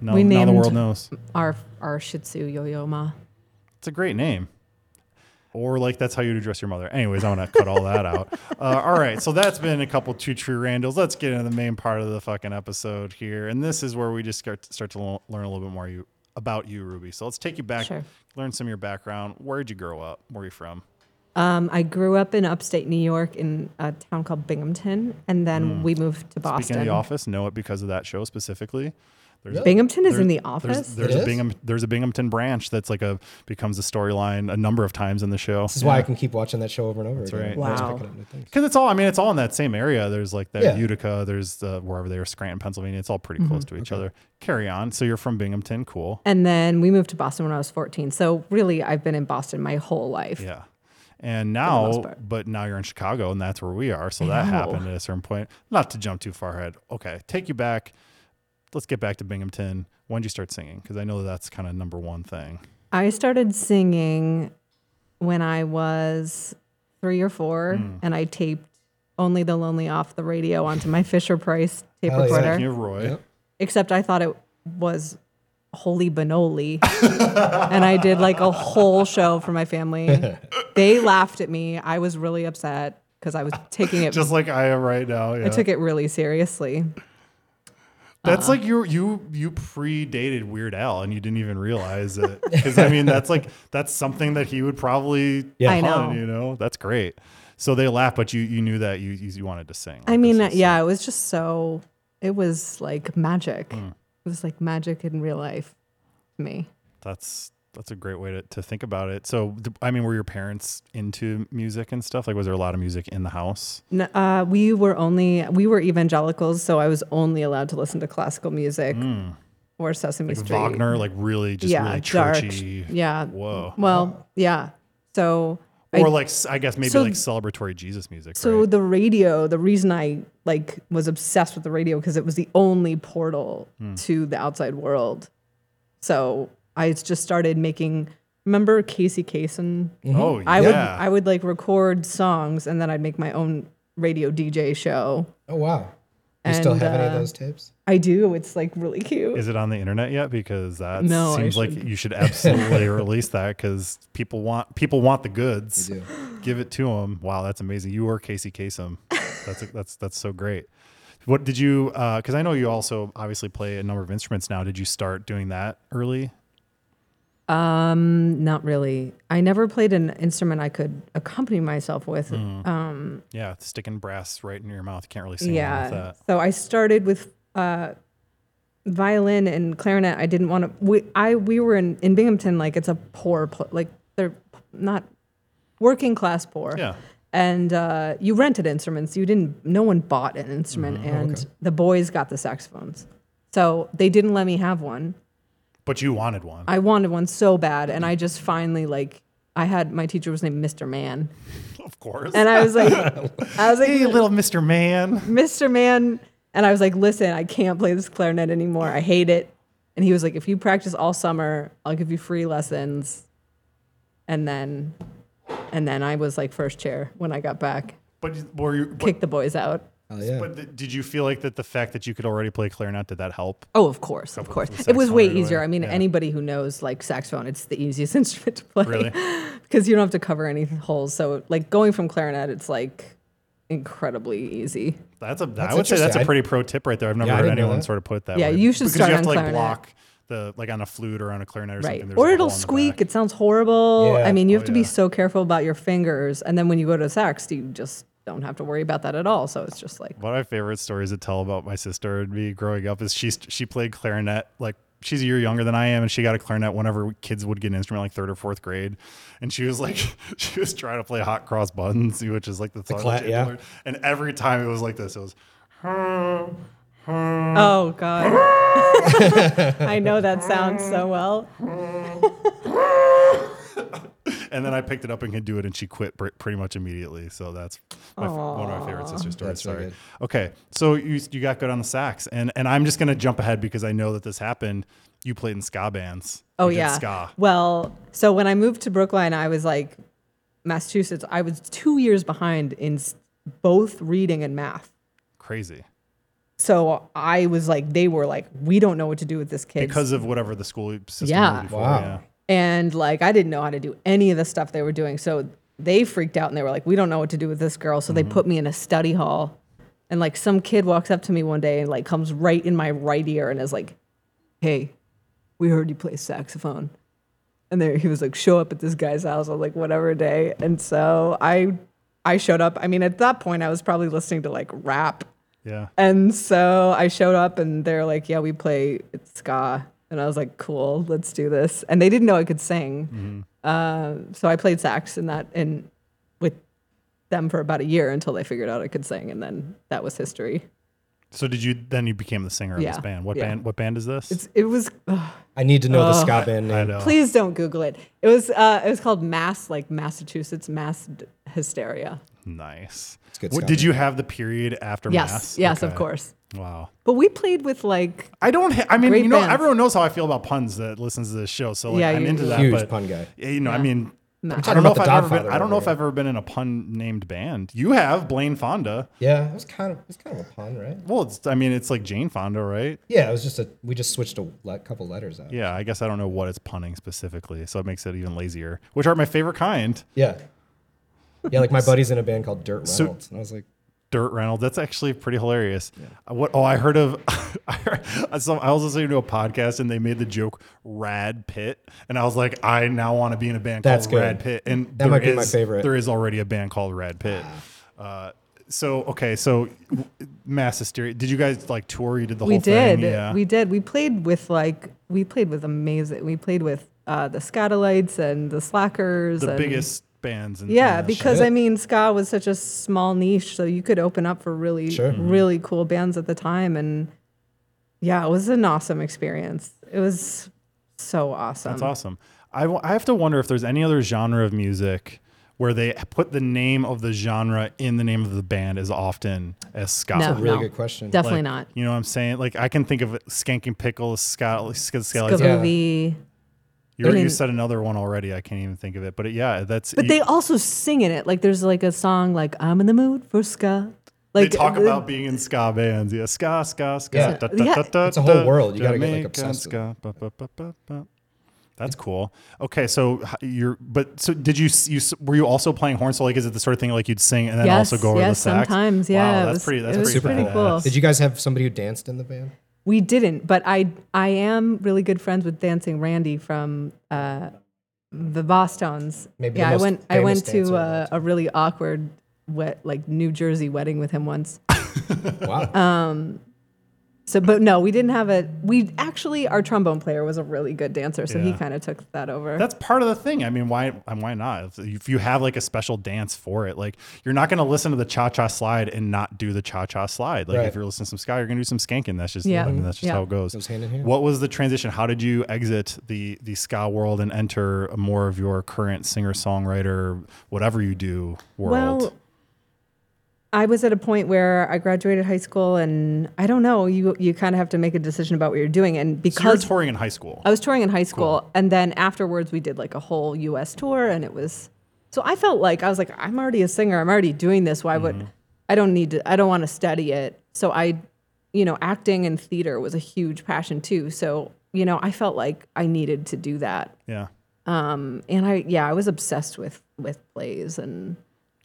B: Now,
C: Hmm. We
B: now the
C: named-
B: world knows.
C: Our our Shih Tzu Yo Yo Ma.
B: It's a great name. Or like that's how you'd address your mother. Anyways, I want to cut all that out. Uh, all right, so that's been a couple two true Randalls. Let's get into the main part of the fucking episode here, and this is where we just start start to l- learn a little bit more you about you, Ruby. So let's take you back,
C: Sure.
B: learn some of your background. Where'd you grow up? Where are you from?
C: Um, I grew up in upstate New York in a town called Binghamton, and then we moved to Boston.
B: Hmm. Speaking of the office, know it because of that show specifically. There's a-
C: Binghamton is in the
B: There's-
C: office.
B: There's, there's
A: It
B: a
A: is?
B: Bingham, there's a Binghamton branch that's like a becomes a storyline a number of times in the show.
A: This is why I can keep watching that show over and over That's again.
B: right.
A: I was
C: Wow.
A: picking up new things.
B: Because it's all, I mean, it's all in that same area. There's like that
A: Yeah.
B: Utica, there's uh, wherever they are, Scranton, Pennsylvania. It's all
C: Mm-hmm.
B: pretty close to each other. Carry on. So you're from Binghamton. Cool.
C: and then we moved to Boston when I was 14. So really, I've been in Boston my whole life.
B: Yeah. And
C: most
B: now,
C: part.
B: but now you're in Chicago and that's where we are. So that
C: know.
B: happened at a certain point. Not to jump too far ahead. Okay. Take you back. Let's get back to Binghamton. When did you start singing? Because I know that's kind of number one thing.
C: I started singing when I was three or four, and I taped "Only the Lonely" off the radio onto my Fisher Price tape
A: Hell yeah.
C: recorder.
B: Speaking of Roy,
A: Yep.
C: Except I thought it was holy Benoli, and I did like a whole show for my family. They laughed at me. I was really upset because I was taking it.
B: just like I am right now. Yeah.
C: I took it really seriously.
B: That's
C: Uh-huh.
B: like you you you predated Weird Al and you didn't even realize it because I mean that's like that's something that he would probably
A: Yeah.
C: I
B: pun,
C: know.
B: you know that's great. So they laugh, but you you knew that you you you wanted to sing.
C: I
B: Like,
C: mean, uh,
B: this is-
C: yeah, it was just so. It was like magic.
B: Mm.
C: It was like magic in real life to me.
B: that's that's a great way to, to think about it. So th- I mean, were your parents into music and stuff? Like, was there a lot of music in the house?
C: No, uh, we were only we were evangelicals, so I was only allowed to listen to classical music or Sesame Street.
B: Wagner, Mm. like really just
C: yeah,
B: really
C: dark.
B: churchy.
C: Yeah.
B: Whoa.
C: Well, yeah. So, I,
B: or like s- I guess maybe
C: So-
B: like celebratory Jesus music.
C: so
B: right?
C: the radio. The reason I like was obsessed with the radio because it was the only portal
A: Hmm.
C: to the outside world. So I just started making. Remember Casey Kasem?
B: oh yeah.
C: I would I would like record songs and then I'd make my own radio DJ show.
A: Oh wow. You still
C: And,
A: have any of
C: uh,
A: those tapes?
C: I do. It's like really cute.
B: Is it on the internet yet? Because that
C: No, I
B: seems like you should absolutely release that because people want people want the goods.
A: They do.
B: Give it to them. Wow, that's amazing. You are Casey Kasem. That's that's that's so great. What did you? Because I know you also obviously play a number of instruments now. Did you start doing that early?
C: Not really. I never played an instrument I could accompany myself with.
B: Yeah, sticking brass right in your mouth. You can't really sing along with
C: yeah.
B: that.
C: So I started with uh, violin and clarinet. I didn't want to. We I we were in in Binghamton. Like it's a poor pl- like they're not working class poor.
B: Yeah.
C: And uh, you rented instruments. You didn't. No one bought an instrument,
B: Mm,
C: and the boys got the saxophones. So they didn't let me have one.
B: But you wanted one.
C: I wanted one so bad, and I just finally like I had my teacher was named Mr. Man,
B: of course.
C: and I was like, I was like,
B: hey, little Mister Man.
C: Mr. Man. And I was like, listen, I can't play this clarinet anymore. I hate it. And he was like, if you practice all summer, I'll give you free lessons. And then, and then I was like first chair when I got back,
B: But were you? But,
C: kicked the boys out.
A: Hell yeah.
B: But th- did you feel like that the fact that you could already play clarinet did that help?
C: Oh, of course, of course.
B: with
C: It was
B: saxophone
C: way
B: right away.
C: easier. I mean,
B: Yeah.
C: anybody who knows like saxophone, it's the easiest instrument to play
B: Really?
C: because you don't have to cover any holes. So, like going from clarinet, it's like incredibly easy.
B: That's a.
A: That's
B: I would say that's
A: interesting.
B: a pretty pro tip right there. I've never
A: Yeah, I
B: heard
A: didn't know
B: anyone
A: that.
B: sort of put it that
C: Yeah,
B: way.
C: you should
B: because
C: start
B: you have
C: on
B: to like
C: clarinet.
B: block the like on a flute or on a clarinet or
C: Right.
B: something. there's
C: Or
B: a hole
C: it'll
B: in the
C: squeak.
B: back.
C: It sounds horrible.
A: Yeah.
C: I mean, you have
B: Oh,
C: to be
B: yeah.
C: so careful about your fingers. And then when you go to sax, you just don't have to worry about that at all. So it's just like,
B: One of my favorite stories to tell about my sister and me growing up is she she played clarinet like she's a year younger than I am and she got a clarinet whenever kids would get an instrument like third or fourth grade and she was like she was trying to play hot cross buttons which is like the, song
A: cla-
B: that she
A: yeah.
B: learned. and every time it was like this it was Mm.
C: oh God. I know that sounds so well.
B: and then I picked it up and could do it and she quit pr- pretty much immediately so that's my, f- one of my favorite sister stories
A: That's so
B: sorry
A: good.
B: okay so you you got good on the sax and and I'm just gonna jump ahead because I know that this happened you played in ska bands
C: Oh
B: You did
C: yeah.
B: ska
C: Well, so when I moved to Brookline, I was like Massachusetts. I was two years behind in s- both reading and math.
B: crazy
C: So I was like, they were like, we don't know what to do with this kid.
B: because of whatever the school system
C: Yeah.
B: was before.
A: Wow.
B: Yeah.
C: and like I didn't know how to do any of the stuff they were doing. So they freaked out and they were like, we don't know what to do with this girl. So they put me in a study hall. And like some kid walks up to me one day and like comes right in my right ear and is like, hey, we heard you play saxophone. And there he was like, show up at this guy's house on like whatever day. And so I I showed up. I mean, at that point I was probably listening to like rap
B: Yeah.
C: and so I showed up and they're like, yeah, we play it's ska. And I was like, cool, let's do this. And they didn't know I could sing.
B: Mm-hmm.
C: Uh, so I played sax in that and with them for about a year until they figured out I could sing. And then that was history.
B: So did you then you became the singer of this
C: Yeah.
B: band? What
C: Yeah.
B: band? What band is this?
C: It's, it was, ugh,
A: I need to know the
C: Uh,
A: ska band
B: I
A: name.
B: know.
C: please don't Google it. It was, uh, it was called Mass, like Massachusetts Mass D- Hysteria.
B: Nice.
A: good
B: What,
A: ska
B: did
A: band.
B: you have the period after
C: Yes,
B: mass?
C: yes, of
B: Okay.
C: course.
B: Wow.
C: But we played with like,
B: I don't. Ha- I mean,
C: Great
B: you know,
C: bands.
B: everyone knows how I feel about puns that listens to this show. So like,
C: Yeah,
B: I'm
C: you-
B: into that.
A: Huge
B: but,
A: pun guy.
B: Yeah, You know, I mean,
C: No.
B: I
A: talking
B: don't know if
A: about the
B: I've ever been.
A: Godfather
B: I don't know
A: over
B: if I've ever been in a pun named band. You have Blaine Fonda.
A: Yeah, it was kind of it's kind of a pun, right?
B: Well, it's, I mean, it's like Jane Fonda, right?
A: Yeah, it was just a we just switched a le- couple letters out.
B: Yeah. I guess I don't know what it's punning specifically, so it makes it even lazier. Which are my favorite kind.
A: Yeah. Yeah, like my buddy's in a band called Dirt
B: So-
A: Reynolds, and I was like,
B: Dirt Reynolds. That's actually pretty hilarious. Uh, What? Oh, I heard of. I, heard, so I was listening to a podcast and they made the joke "Rad Pit," and I was like, I now want to be in a band
A: That's
B: called
A: good.
B: Rad Pit. And
A: That might
B: there
A: be my
B: is-
A: favorite. Ah.
B: There is already a band called Rad Pit. Uh, so okay, so w- Mass Hysteria. Did you guys like tour? You did the
C: we
B: whole
C: did.
B: thing. Yeah.
C: We did. We played with like we played with amazing. We played with uh, the Scatolites and the Slackers.
B: the
C: and,
B: biggest bands. In,
C: Yeah,
B: in the
C: because
A: Shit.
C: I mean, ska was such a small niche, so you could open up for really,
A: Sure. Mhm.
C: really cool bands at the time, and yeah, it was an awesome experience. It was so awesome.
B: That's awesome. I, w- I have to wonder if there's any other genre of music where they put the name of the genre in the name of the band as often as ska.
C: No,
A: really
C: no,
A: good question.
C: Definitely
B: Like,
C: not.
B: You know what I'm saying? Like I can think of Skank and Pickles, Scott, Scott, Scott
C: Ska
A: Yeah.
C: movie.
B: you, already- you
C: mean-
B: said another one already. I can't even think of it. But yeah, that's.
C: But
B: you-
C: they also sing in it. Like there's like a song like I'm in the mood for ska.
B: they
C: Like uh,
B: talk
C: the-
B: about being in ska bands. Yeah, ska, ska, ska.
A: Yeah.
C: Yeah.
A: It's a whole world. You gotta get, like,
B: Jamaican
A: obsessed with
B: ska, ba, ba, ba, ba, ba. That's cool. Okay, so h- you're, but so did you? s- You s- were you also playing horn? So like, is it the sort of thing like you'd sing and then
C: Yes,
B: also go over
C: yes,
B: the sax?
C: sometimes, yeah,
B: Wow,
C: it
B: that's
C: was-
B: pretty. That's
C: it was
B: pretty,
C: pretty cool.
B: badass.
A: Did you guys have somebody who danced in the band?
C: We didn't, but I I am really good friends with Dancing Randy from uh, the Boston's.
A: Maybe the
C: yeah, I
A: most
C: went I went
A: famous dancer
C: to
A: of all
C: uh, a really awkward wet like New Jersey wedding with him once.
A: Wow.
C: Um, So, but no, we didn't have it. We actually our trombone player was a really good dancer, so he
B: Yeah.
C: kind of took that over.
B: That's part of the thing. I mean, why and why not? If, if you have like a special dance for it, like you're not going to listen to the cha cha slide and not do the cha cha slide. Like
A: Right.
B: if you're listening to some ska, you're going to do some skanking. That's just
C: Yeah.
B: I mean, that's just
C: Yeah.
B: how it goes.
A: Goes hand in hand.
B: What was the transition? How did you exit the the ska world and enter more of your current singer songwriter, whatever you do world?
C: Well, I was at a point where I graduated high school, and I don't know. You you kind of have to make a decision about what you're doing,
B: so
C: and
B: you're
C: because
B: touring in high school.
C: I was touring in high school, and then afterwards we did like a whole
B: Mm-hmm.
C: U.S. tour, and it was so I felt like I was like I'm already a singer, I'm already doing this. Why would I don't need to, I don't want to study it. So I, you know, acting and theater was a huge passion too. So, you know, I felt like I needed to do that.
B: Yeah.
C: Um, and I, yeah, I was obsessed with, with plays and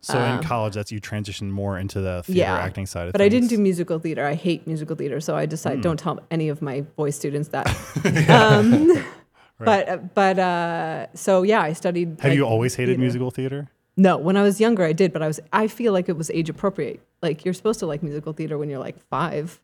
B: So in college, that's you transitioned more into the theater
C: um, yeah,
B: acting side of
C: but
B: things. Mm.
C: I didn't do musical theater. I hate musical theater. So I decided don't tell any of my boy students that. um, But, but, uh, so yeah, I studied.
B: Have
C: like,
B: you always hated
C: theater.
B: musical theater?
C: No, when I was younger, I did, but I was I feel like it was age appropriate. Like you're supposed to like musical theater when you're like five.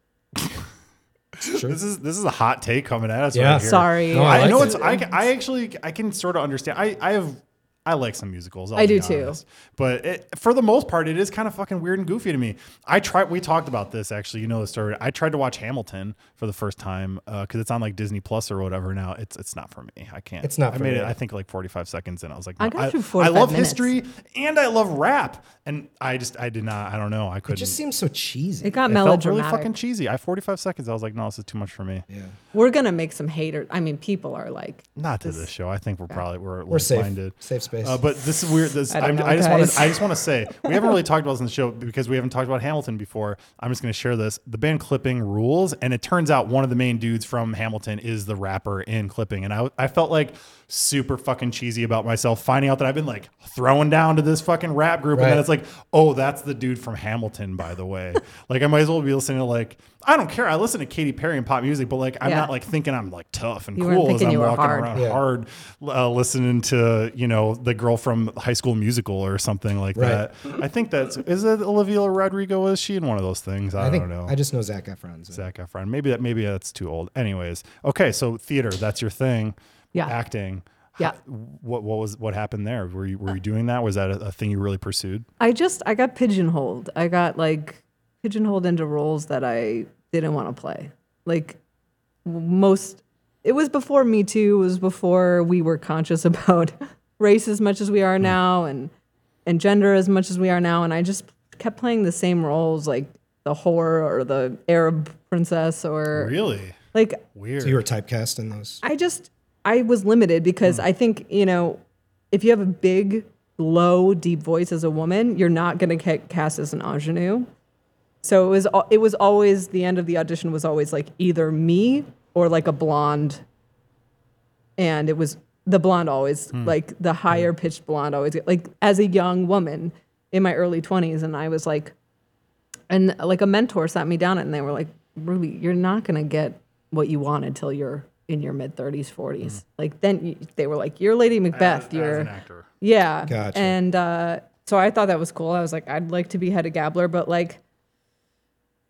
B: This is this is a hot take coming at us.
A: Yeah.
B: right here.
C: Sorry,
A: No, I
B: I,
A: like
B: know
A: it.
B: it's. I, ca- I actually I can sort of understand. I I have I like some musicals. I'll
C: I
B: be
C: do too.
B: honest. But it, for the most part, it is kind of fucking weird and goofy to me. I tried. We talked about this actually. You know the story. I tried to watch Hamilton for the first time because it's on like Disney Plus or whatever now. It's it's not for me. I can't.
A: It's not
B: I
A: for
B: made
A: me.
B: it. I think like forty five seconds, and I was like,
C: I
B: no,
C: got through
B: I
C: 45
B: love
C: minutes.
B: history and I love rap, and I just I did not. I don't know. I couldn't.
A: It just seems so cheesy.
C: It got
B: it felt really
C: melodramatic.
B: fucking cheesy. I forty five seconds. I was like, no, this is too much for me.
A: yeah.
C: We're gonna make some haters. I mean, people are like,
B: Not to this, show. I think we're probably we're,
A: We're safe.
B: minded.
A: Safe space.
B: Uh, but this is weird. This,
C: I
B: I,
C: don't
B: am
C: know,
B: I just want
C: guys.
B: to. I just want to say we haven't really talked about this in the show because we haven't talked about Hamilton before. I'm just going to share this. The band Clipping rules, and it turns out one of the main dudes from Hamilton is the rapper in Clipping, and I I felt like super fucking cheesy about myself finding out that I've been like throwing down to this fucking rap group, and then
A: Right.
B: it's like, oh, that's the dude from Hamilton, by the way. like I might as well be listening to like I don't care. I listen to Katy Perry and pop music, but like I'm
C: Yeah.
B: not like thinking I'm like tough and
C: You weren't
B: cool as
C: thinking
B: I'm
C: you were
B: walking
C: hard.
B: around
A: Yeah.
B: hard uh, listening to you know the girl from High School Musical or something like
A: Right.
B: that. I think that's is it Olivia Rodrigo? Is she in one of those things? I,
A: I think
B: don't know.
A: I just know Zach Efron's. in it.
B: Zac Efron. Maybe that maybe that's too old. Anyways, okay. So theater, that's your thing.
C: Yeah.
B: Acting.
C: Yeah.
B: Ho- What what was what happened there? Were you were you doing that? Was that a, a thing you really pursued?
C: I just I got pigeonholed. I got like pigeonholed into roles that I didn't want to play. Like most, it was before Me Too. It was before we were conscious about race as much as we are now, and and gender as much as we are now. And I just kept playing the same roles, like the whore or the Arab princess, or
B: Really
C: like
B: weird.
A: So you were typecast in those.
C: I just I was limited because I think you know if you have a big low deep voice as a woman, you're not going to get cast as an ingenue. So it was al- it was always the end of the audition was always like either me or like a blonde, and it was the blonde always like the higher pitched blonde always like as a young woman in my early twenties, and I was like, and like a mentor sat me down and they were like ruby you're not going to get what you want until you're in your mid 30s 40s like then you, they were like you're lady macbeth you're
B: actor.
C: yeah
A: Gotcha.
C: and uh, so i thought that was cool i was like i'd like to be head of gabbler but like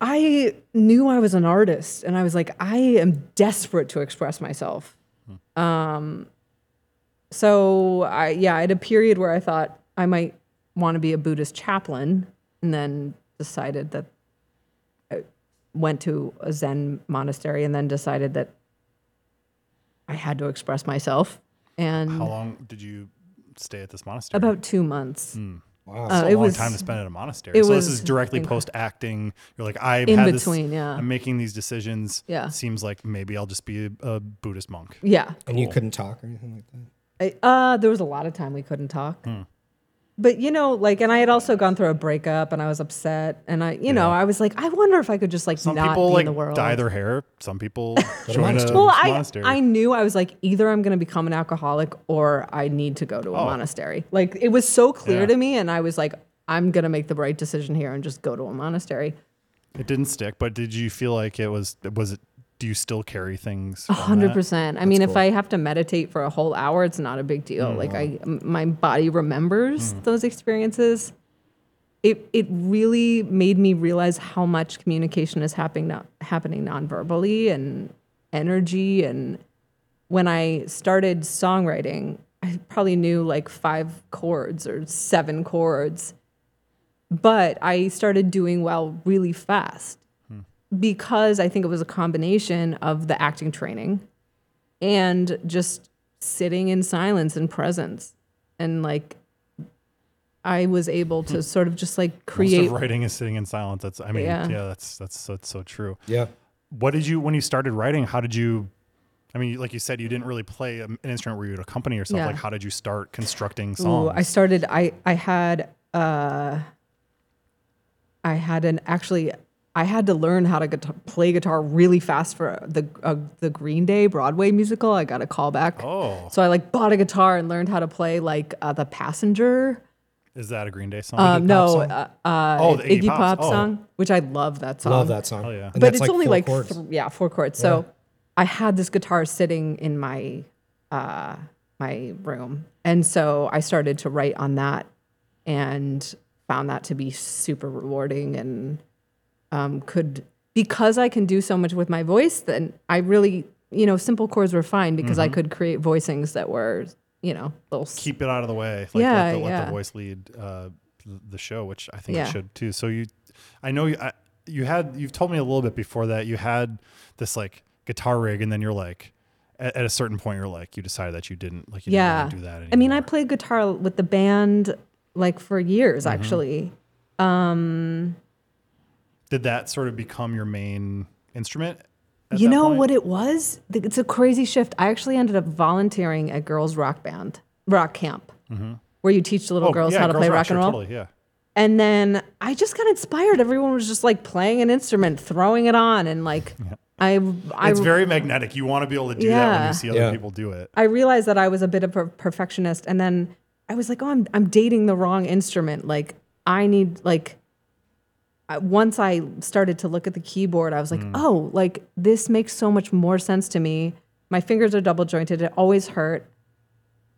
C: i knew i was an artist and i was like i am desperate to express myself Um, so I yeah, I had a period where I thought I might want to be a Buddhist chaplain, and then decided that I went to a Zen monastery, and then decided that I had to express myself. And
B: How long did you stay at this monastery?
C: about two months,
A: Wow.
C: Uh,
B: a
C: it
B: long
C: was
B: time to spend at a monastery.
C: it
B: so this
C: was
B: is directly
C: inc-
B: post acting. You're like, I've
C: In
B: had
C: between,
B: this,
C: yeah.
B: I'm making these decisions.
C: Yeah.
B: Seems like maybe I'll just be a, a Buddhist monk.
C: yeah.
A: and you couldn't talk or anything like that.
C: I, uh, there was a lot of time we couldn't talk.
B: Hmm.
C: But you know, like, and I had also gone through a breakup, and I was upset, and I, you know, I was like, I wonder if I could just like
B: Some
C: not
B: people
C: be
B: like
C: in the world.
B: dye their hair. Some people join a
A: monastery.
C: Well, I,
B: monastery.
C: I knew I was like, either I'm going to become an alcoholic or I need to go to a monastery. Like, it was so clear
B: Oh. Yeah.
C: to me. And I was like, I'm going to make the right decision here and just go to a monastery.
B: it didn't stick, but did you feel like it was? Was it? Do you still carry things?
C: A
B: from
C: hundred
B: that?
C: percent. I mean, if I have to meditate for a whole hour, it's not a big deal. Like I, m- my body remembers those experiences. It it really made me realize how much communication is happening no- happening nonverbally and energy. And when I started songwriting, I probably knew like five chords or seven chords, but I started doing well really fast because I think it was a combination of the acting training and just sitting in silence and presence. And like, I was able
B: Hmm.
C: to sort of just like
B: Most
C: create.
B: of writing is sitting in silence. That's. I mean, yeah.
C: Yeah.
B: that's that's that's so true.
A: Yeah.
B: What did you when you started writing? How did you? I mean, like you said, you didn't really play an instrument where you would accompany yourself.
C: Yeah.
B: Like, how did you start constructing
C: Ooh,
B: songs?
C: I started, I, I had, uh, I had an actually I had to learn how to guitar, play guitar really fast for the uh, the Green Day Broadway musical. I got a call back.
B: Oh.
C: So I like bought a guitar and learned how to play like uh, the Passenger.
B: Is that a Green Day song?
C: Um, no, uh, uh,
B: Oh, the Iggy
C: Iggy
B: Pop's.
C: Pop
B: Oh.
C: song, which I love that song.
A: Love that song.
B: hell yeah.
A: And
C: Um, but
A: that's
C: it's only
A: four
C: like
A: chords.
C: th- yeah, four chords. So I had this guitar sitting in my uh, my room, and so I started to write on that, and found that to be super rewarding, and um, could because I can do so much with my voice. Then I really, you know, simple chords were fine because I could create voicings that were, you know, little s-
B: Keep it out of the way. Like,
C: Yeah,
B: let, the, let
C: yeah.
B: the voice lead uh, th- the show, which I think
C: Yeah.
B: it should too. So you, I know you, I, you had you've told me a little bit before that you had this like guitar rig, and then you're like, at, at a certain point, you're like, you decided that you didn't like you
C: yeah
B: didn't wanna do that. Anymore.
C: i mean i played guitar with the band like for years
B: Mm-hmm.
C: actually
B: did that sort of become your main instrument? at
C: you
B: that
C: know
B: point?
C: what it was Th- it's a crazy shift i actually ended up volunteering at girls rock band rock camp where you teach
B: Mm-hmm.
C: little
B: Oh,
C: girls
B: yeah,
C: how to play
B: rock,
C: rock
B: sure,
C: and roll
B: Totally, yeah.
C: and then i just got inspired everyone was just like playing an instrument throwing it on and like i i
B: it's very magnetic. You want to be able to do that when
C: Yeah.
B: you see other
A: Yeah.
B: people do it.
C: I realized that I was a bit of a perfectionist, and then I was like, "Oh, I'm I'm dating the wrong instrument. Like, I need like." I- Once I started to look at the keyboard, I was like,
B: Mm.
C: "Oh, like this makes so much more sense to me." My fingers are double jointed; it always hurt.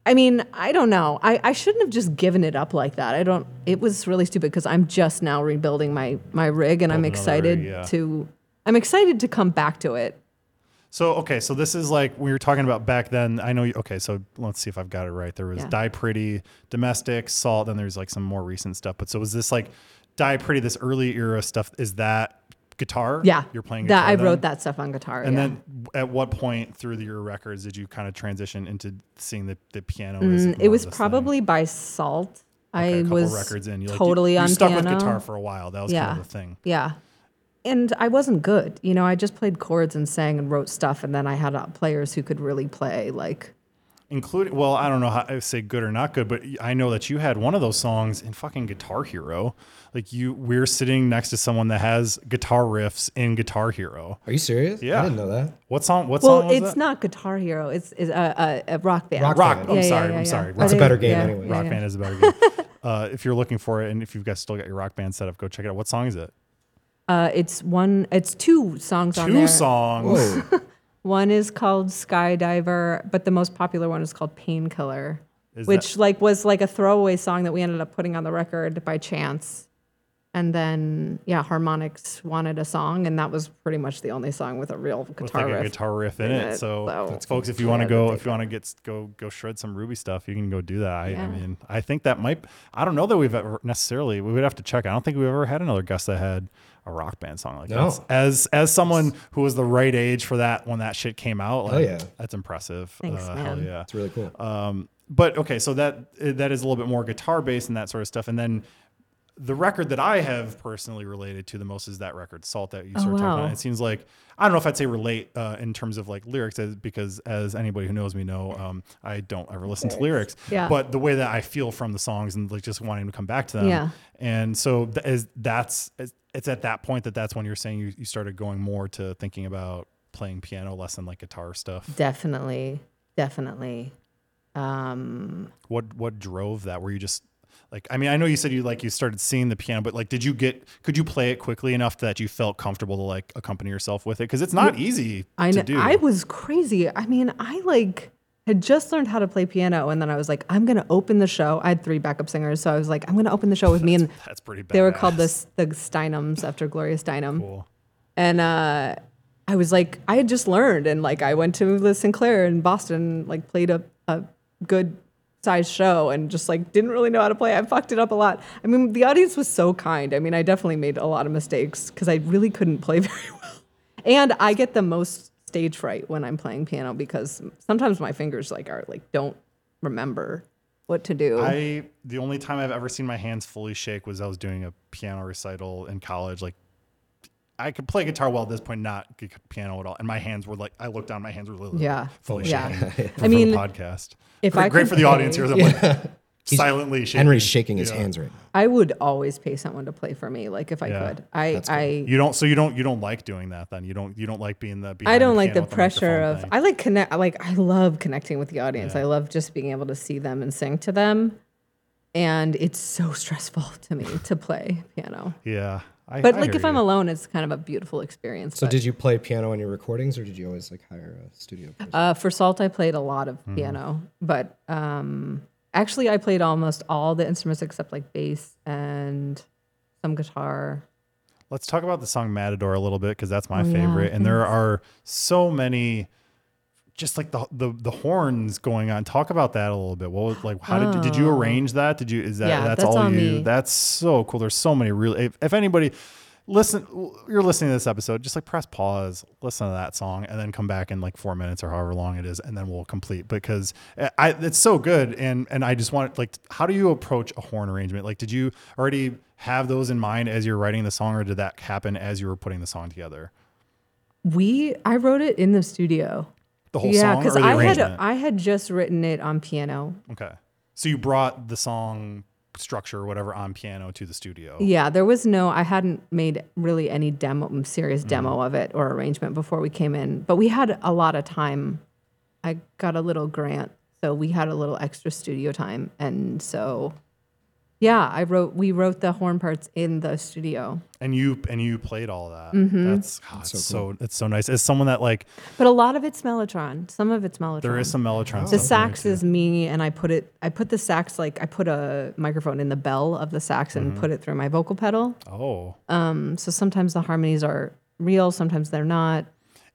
C: I mean, I don't know. I, I shouldn't have just given it up like that. I don't. It was really stupid because I'm just now rebuilding my my rig, and I'm
B: Building another
C: excited
B: rig, yeah.
C: to. I'm excited to come back to it.
B: So okay, so this is like we were talking about back then. I know. You, okay, so let's see if I've got it right. There was
C: Yeah.
B: Die Pretty, Domestic, Salt, then there's like some more recent stuff. But so was this like Die Pretty, this early era stuff? Is that guitar?
C: Yeah,
B: you're playing.
C: that.
B: Guitar
C: I
B: then?
C: wrote that stuff on guitar.
B: And
C: yeah.
B: then at what point through the, your records did you kind of transition into seeing the, the piano? as
C: Mm,
B: more
C: it
B: of this
C: was
B: thing?
C: probably by Salt.
B: Okay, a
C: I
B: couple
C: was
B: records in. You, like, you-
C: totally
B: you,
C: on
B: stuck
C: piano.
B: with guitar for a while. That was kind
C: Yeah.
B: of the thing.
C: Yeah, and I wasn't good. You know, I just played chords and sang and wrote stuff, and then I had uh, players who could really play. Like,
B: including well i don't know how i say good or not good but i know that you had one of those songs in fucking guitar hero like you we're sitting next to someone that has guitar riffs in guitar hero
A: Are you serious?
B: Yeah.
A: I didn't know that.
B: what song what
C: well,
B: song was
C: it's
B: that?
C: not Guitar Hero. It's, it's a, a, a rock band.
A: Rock
B: rock
A: Band.
B: i'm
C: Yeah, yeah,
B: sorry
C: yeah,
B: i'm
C: yeah.
B: sorry
C: Are
B: rock,
A: It's a
C: they-
A: better game anyway.
B: rock
C: yeah.
B: band is a better game uh, if you're looking for it and if you've got still got your rock band set up go check it out what song is it
C: Uh, it's one. It's two songs on
B: two
C: there.
B: songs
A: Whoa.
C: One is called Skydiver, but the most popular one is called Painkiller,
B: Is
C: which like was like a throwaway song that we ended up putting on the record by chance. And then yeah, Harmonix wanted a song, and that was pretty much the only song with a real
B: with
C: guitar
B: like a
C: riff.
B: guitar riff in
C: in
B: it,
C: it,
B: so
C: so That's
B: folks if you want to
C: yeah, they
B: go
C: did
B: if you want to get s- go go shred some ruby stuff you can go do that I, I
C: Yeah.
B: mean i think that might i don't know that we've ever necessarily we would have to check i don't think we've ever had another guest that had a rock band song like
A: No.
B: that as as someone who was the right age for that when that shit came out like,
A: yeah.
B: that's impressive Uh,
C: Thanks,
B: hell
C: man.
B: yeah
A: It's really cool.
B: um, but okay, so that eh, that is a little bit more guitar based and that sort of stuff. And then the record that I have personally related to the most is that record Salt that you sort of talked
C: Oh, wow.
B: about. It seems like I don't know if I'd say relate uh, in terms of like lyrics, as, because as anybody who knows me know, um, I don't ever listen to lyrics.
C: Yeah.
B: But the way that I feel from the songs and like just wanting to come back to them.
C: Yeah.
B: And so th- is, that's it's- it's at that point that that's when you're saying you, you started going more to thinking about playing piano less than like guitar stuff.
C: Definitely, definitely. Um,
B: what what drove that were you just like i mean i know you said you like you started seeing the piano but like did you get could you play it quickly enough that you felt comfortable to like accompany yourself with it because it's not easy
C: I
B: to
C: know
B: do
C: I was crazy. I mean, I like had just learned how to play piano, and then I was like, I'm gonna open the show. I had three backup singers, so I was like, I'm gonna open the show with me and.
B: that's pretty bad
C: They were called the the Steinums after Gloria Steinem.
B: Cool.
C: And uh, I was like, I had just learned, and like I went to the Sinclair in Boston, like played a, a good sized show, and just like didn't really know how to play. I fucked it up a lot. I mean, the audience was so kind. I mean, I definitely made a lot of mistakes because I really couldn't play very well. And I get the most stage fright when I'm playing piano because sometimes my fingers like are like don't remember what to do.
B: i the only time i've ever seen my hands fully shake was i was doing a piano recital in college like i could play guitar well at this point not g- piano at all and my hands were like i looked down my hands were literally
C: yeah.
B: fully
C: yeah.
B: shaking for,
C: I
B: for
C: mean,
B: the podcast
C: if
B: great,
C: I
B: great
C: could
B: for the audience
C: play-
B: here is I'm like, silently shaking.
A: Henry's shaking his
B: Yeah.
A: hands right now.
C: I would always pay someone to play for me, like if I
B: Yeah,
C: could. I
A: that's cool.
C: I
B: You don't. So you don't. You don't like doing that. Then you don't. You don't like being the.
C: I
B: behind
C: don't like the
B: piano with
C: pressure
B: microphone
C: of
B: thing.
C: I like connect I like I love connecting with the audience.
B: Yeah.
C: I love just being able to see them and sing to them. And it's so stressful to me to play piano.
B: yeah. I,
C: But
B: I
C: like
B: hear
C: if I'm
B: you.
C: alone, it's kind of a beautiful experience.
A: So
C: but,
A: did you play piano on your recordings, or did you always like hire a studio? person?
C: uh, for Salt, I played a lot of
B: Mm-hmm.
C: piano, but um, actually, I played almost all the instruments except like bass and some guitar.
B: Let's talk about the song Matador a little bit because that's my
C: Oh, yeah, Mm-hmm.
B: favorite. and there are so many, just like the, the the horns going on. Talk about that a little bit. What was like? How did did you arrange that? Did you is that
C: Oh. Yeah,
B: that's,
C: that's
B: all
C: on
B: you?
C: me.
B: That's so cool. There's so many really. If, if anybody listen, you're listening to this episode, just like press pause, listen to that song, and then come back in like four minutes or however long it is, and then we'll complete because eh, I it's so good. And and I just want like, how do you approach a horn arrangement? Like, did you already have those in mind as you're writing the song, or did that happen as you were putting the song together?
C: We I wrote it in the studio.
B: The whole
C: yeah,
B: song or
C: because
B: the
C: I had
B: arrangement?
C: I had just written it on piano.
B: Okay. So you brought the song structure or whatever on piano to the studio.
C: Yeah, there was no I hadn't made really any demo serious
B: Mm.
C: demo of it or arrangement before we came in, but we had a lot of time. I got a little grant, so we had a little extra studio time, and so yeah, I wrote we wrote the horn parts in the studio.
B: And you and you played all that.
C: Mm-hmm.
B: That's, God, it's so, it's so nice. As someone that like
C: But a lot of it's Mellotron. Some of it's Mellotron.
B: there is some mellotron.
C: the
B: stuff.
C: sax is me, and I put it. I put the sax like I put a microphone in the bell of the sax
B: Mm-hmm.
C: and put it through my vocal pedal.
B: Oh.
C: Um, so sometimes the harmonies are real, sometimes they're not.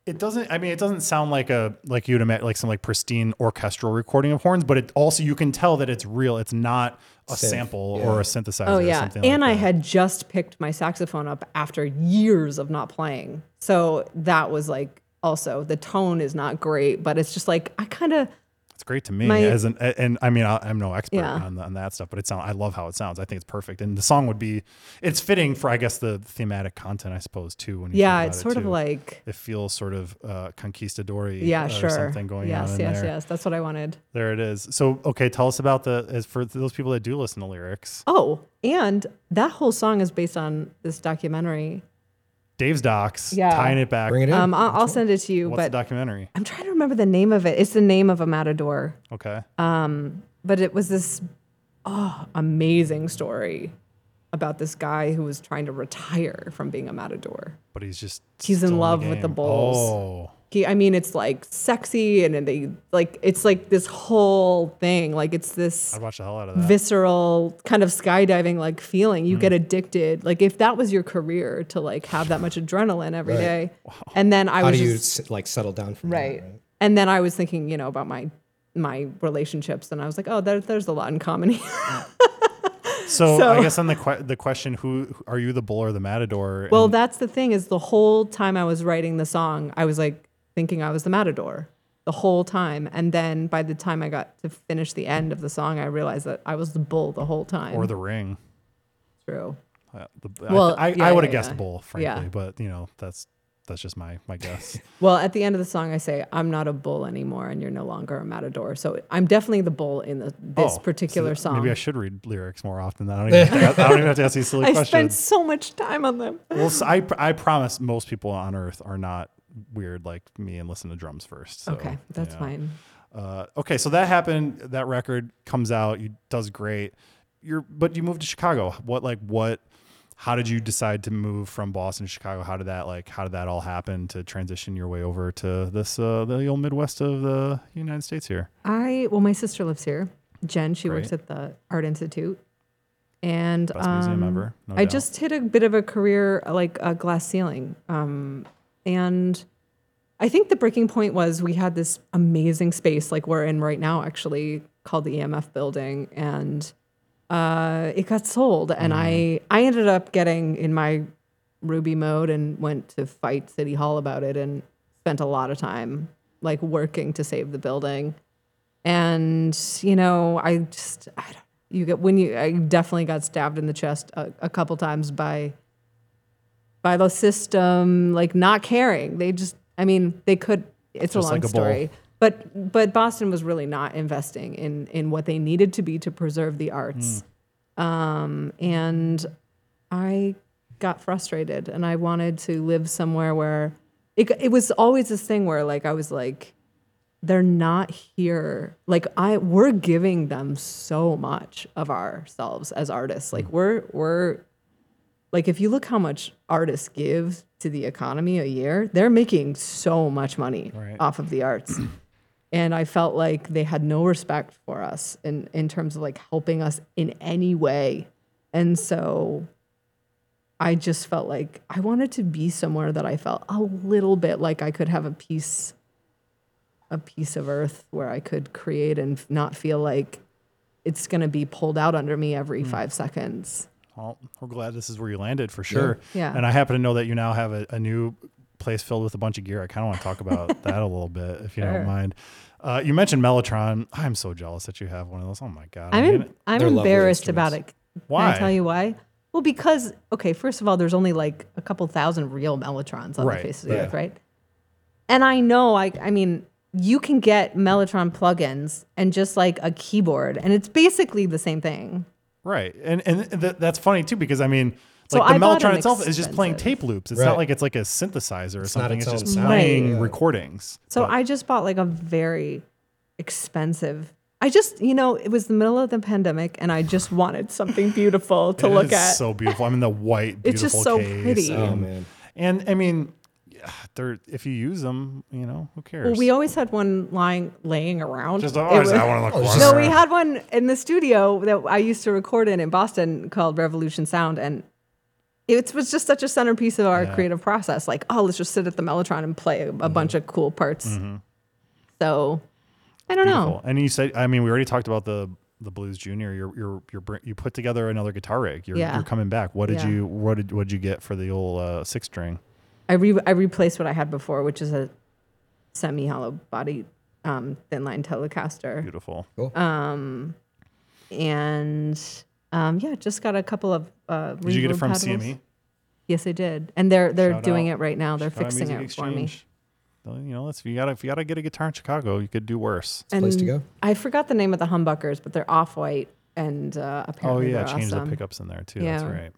B: It doesn't I mean it doesn't sound like a like you'd imagine like some like pristine orchestral recording of horns, but it also you can tell that it's real. It's not a
A: Synth,
B: sample
A: yeah.
B: or a synthesizer
C: Oh
B: or
C: yeah,
B: something
C: and
B: like
C: I
B: that.
C: had just picked my saxophone up after years of not playing, so that was like also the tone is not great, but it's just like I kind of
B: It's great to me
C: My-
B: as an a- and I mean I, I'm no expert
C: Yeah.
B: on, the, on that stuff, but it sound I love how it sounds. I think it's perfect, and the song would be it's fitting for I guess the thematic content I suppose too. When you
C: yeah,
B: think
C: it's
B: about
C: sort
B: it,
C: of
B: too.
C: like
B: it feels sort of uh, conquistador
C: yeah,
B: or
C: sure,
B: something going
C: yes,
B: on. in
C: yes,
B: there.
C: yes. That's what I wanted.
B: There it is. So okay, tell us about the as for those people that do listen to lyrics.
C: Oh, and that whole song is based on this documentary.
B: Dave's docs,
C: Yeah.
B: tying it back.
A: Bring it in.
C: Um, I'll, I'll send it to you,
B: What's the
C: but
B: documentary?
C: I'm trying to remember the name of it. It's the name of a matador.
B: Okay,
C: Uh, but it was this oh, amazing story about this guy who was trying to retire from being a matador.
B: but he's just
C: he's in
B: still
C: love with the
B: game.
C: bulls.
B: Oh,
C: He, I mean, it's like sexy, and then they like it's like this whole thing. Like it's this
B: I'd watch the hell out of that.
C: visceral kind of skydiving like feeling.
A: Mm-hmm.
C: You get addicted. Like if that was your career to like have that much adrenaline every
A: Right.
C: day, and then I
A: How
C: was
A: do you
C: just-
A: s like settle down from
C: right.
A: that? Right.
C: And then I was thinking, you know, about my my relationships, and I was like, oh, there, there's a lot in common here.
B: So,
C: So-
B: I guess on the que- the question, who who- are you, the bull or the matador?
C: Well,
B: And
C: that's the thing is the whole time I was writing the song, I was like thinking I was the matador the whole time. And then by the time I got to finish the end of the song, I realized that I was the bull the whole time.
B: or the ring.
C: true.
B: Uh, the,
C: Well,
B: I, I,
C: yeah,
B: I would have
C: yeah,
B: guessed
C: yeah.
B: bull, frankly, but you know that's that's just my my guess.
C: Well, at the end of the song, I say, I'm not a bull anymore and you're no longer a matador. So I'm definitely the bull in the, this
B: Oh, so
C: particular
B: th-
C: song.
B: Maybe I should read lyrics more often. Then I don't even have to, I don't even have to ask these silly
C: I spent
B: questions.
C: so much time on them.
B: Well, s I I promise most people on Earth are not weird like me and listen to drums first. so,
C: okay, that's
B: yeah.
C: fine.
B: Uh, okay, so that happened. That record comes out. You does great. You're, but you moved to Chicago. What like what? How did you decide to move from Boston to Chicago? How did that like? How did that all happen to transition your way over to this uh, the old Midwest of the United States here?
C: I, well, my sister lives here, Jen. She works
B: Great.
C: at the Art Institute. And
B: Best museum
C: um,
B: ever. No
C: I
B: doubt.
C: just hit a bit of a career uh, like a glass ceiling. Um, and I think the breaking point was we had this amazing space like we're in right now, actually called the EMF building. And uh, it got sold.
B: Mm.
C: And I, I ended up getting in my Ruby mode and went to fight City Hall about it and spent a lot of time like working to save the building. And you know, I just I don't you get when you I definitely got stabbed in the chest a, a couple times by by the system like not caring. They just I mean, they could it's
B: Just
C: a long
B: like a bull.
C: story. But but Boston was really not investing in in what they needed to be to preserve the arts,
B: Hmm.
C: um, and I got frustrated and I wanted to live somewhere where it it was always this thing where like I was like they're not here like i we're giving them so much of ourselves as artists like we're we're like if you look how much artists give to the economy a year they're making so much money
B: Right.
C: off of the arts and i felt like they had no respect for us in in terms of like helping us in any way and so i just felt like i wanted to be somewhere that i felt a little bit like i could have a piece a piece of earth where i could create and not feel like it's going to be pulled out under me every 5 seconds
B: Well, we're glad this is where you landed for sure.
C: Yeah.
B: And I happen to know that you now have a, a new place filled with a bunch of gear. I kind of want to talk about that a little bit, if you
C: Sure.
B: don't mind. Uh, you mentioned Mellotron. I'm so jealous that you have one of those. Oh my god!
C: I'm
B: I mean,
C: em- I'm
A: They're lovely
C: embarrassed about it. Can
B: Why?
C: I tell you why? Well, because okay, first of all, there's only like a couple thousand real Mellotrons on
B: Right,
C: the face of the
B: yeah.
C: earth, right? And I know, I I mean, you can get Mellotron plugins and just like a keyboard, and it's basically the same thing.
B: right, and and th- that's funny too because I mean,
C: So
B: like
C: I
B: the
C: bought
B: Mellotron
C: an
B: itself is just playing
C: expensive-
B: tape loops. It's
A: Right.
B: not like it's like a synthesizer or
A: It's not
B: something.
A: its
B: It's
A: own
B: just
A: sound.
B: playing
A: Right.
B: recordings.
C: So
B: But-
C: I just bought like a very expensive. I just, you know, it was the middle of the pandemic, and I just wanted something beautiful to
B: It
C: look
B: is
C: at.
B: so beautiful. I'm in the white, beautiful
C: It's just so
B: case.
C: pretty.
A: Oh,
B: and-
A: man.
B: And I mean, yeah, they're if you use them, you know, who cares?
C: well, we always had one lying laying around.
B: just oh,
C: It
B: I
C: was-
B: want to look.
A: it's
B: one.
A: just-
C: No, we had one in the studio that I used to record in in Boston called Revolution Sound, and it was just such a centerpiece of our creative process. Like, oh, let's just sit at the Mellotron and play a, a
B: Mm-hmm.
C: bunch of cool parts. So, I don't
B: Beautiful. And you said, I mean, we already talked about the the Blues Junior. You're you're you're br- you put together another guitar rig. You're,
C: Yeah.
B: you're coming back. What did
C: Yeah.
B: you what did what did you get for the old uh, six string?
C: know. I re- I replaced what I had before, which is a semi hollow body um, thin line Telecaster.
B: Beautiful.
C: and um, yeah, just got a couple of. Uh,
B: Did you get it
C: reverb
B: from E?
C: pedals.
B: CME?
C: Yes, I did, and they're they're
B: Shout
C: doing
B: out-
C: it right now. They're
B: Chicago
C: fixing it
B: Music
C: for me.
B: Exchange. Well, You know, that's if you gotta if you gotta get a guitar in Chicago, you could do worse.
A: a place to
C: And
A: go.
C: I forgot the name of the humbuckers, but they're off white and uh,
B: Oh
C: apparently
B: yeah,
C: they're
B: change
C: awesome.
B: the pickups in there too. That's
C: Yeah.
B: right.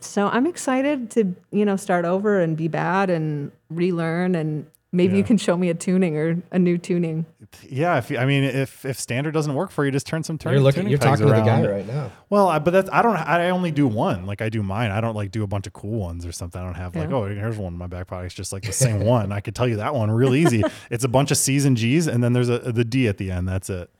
C: So I'm excited to you know start over and be bad and relearn and maybe you
B: Yeah.
C: can show me a tuning or a new tuning.
B: Yeah, if you, I mean, if if standard doesn't work for you, just turn some turn.
A: You're looking.
B: tuning
A: You're
B: pegs
A: talking to the guy
B: around.
A: right now.
B: Well, I, but that's I don't. I only do one. Like I do mine. I don't like do a bunch of cool ones or something. I don't have like
C: Yeah.
B: oh here's one in my back pocket. It's just like the same one. I could tell you that one real easy. it's a bunch of C's and G's, and then there's a the D at the end. That's it.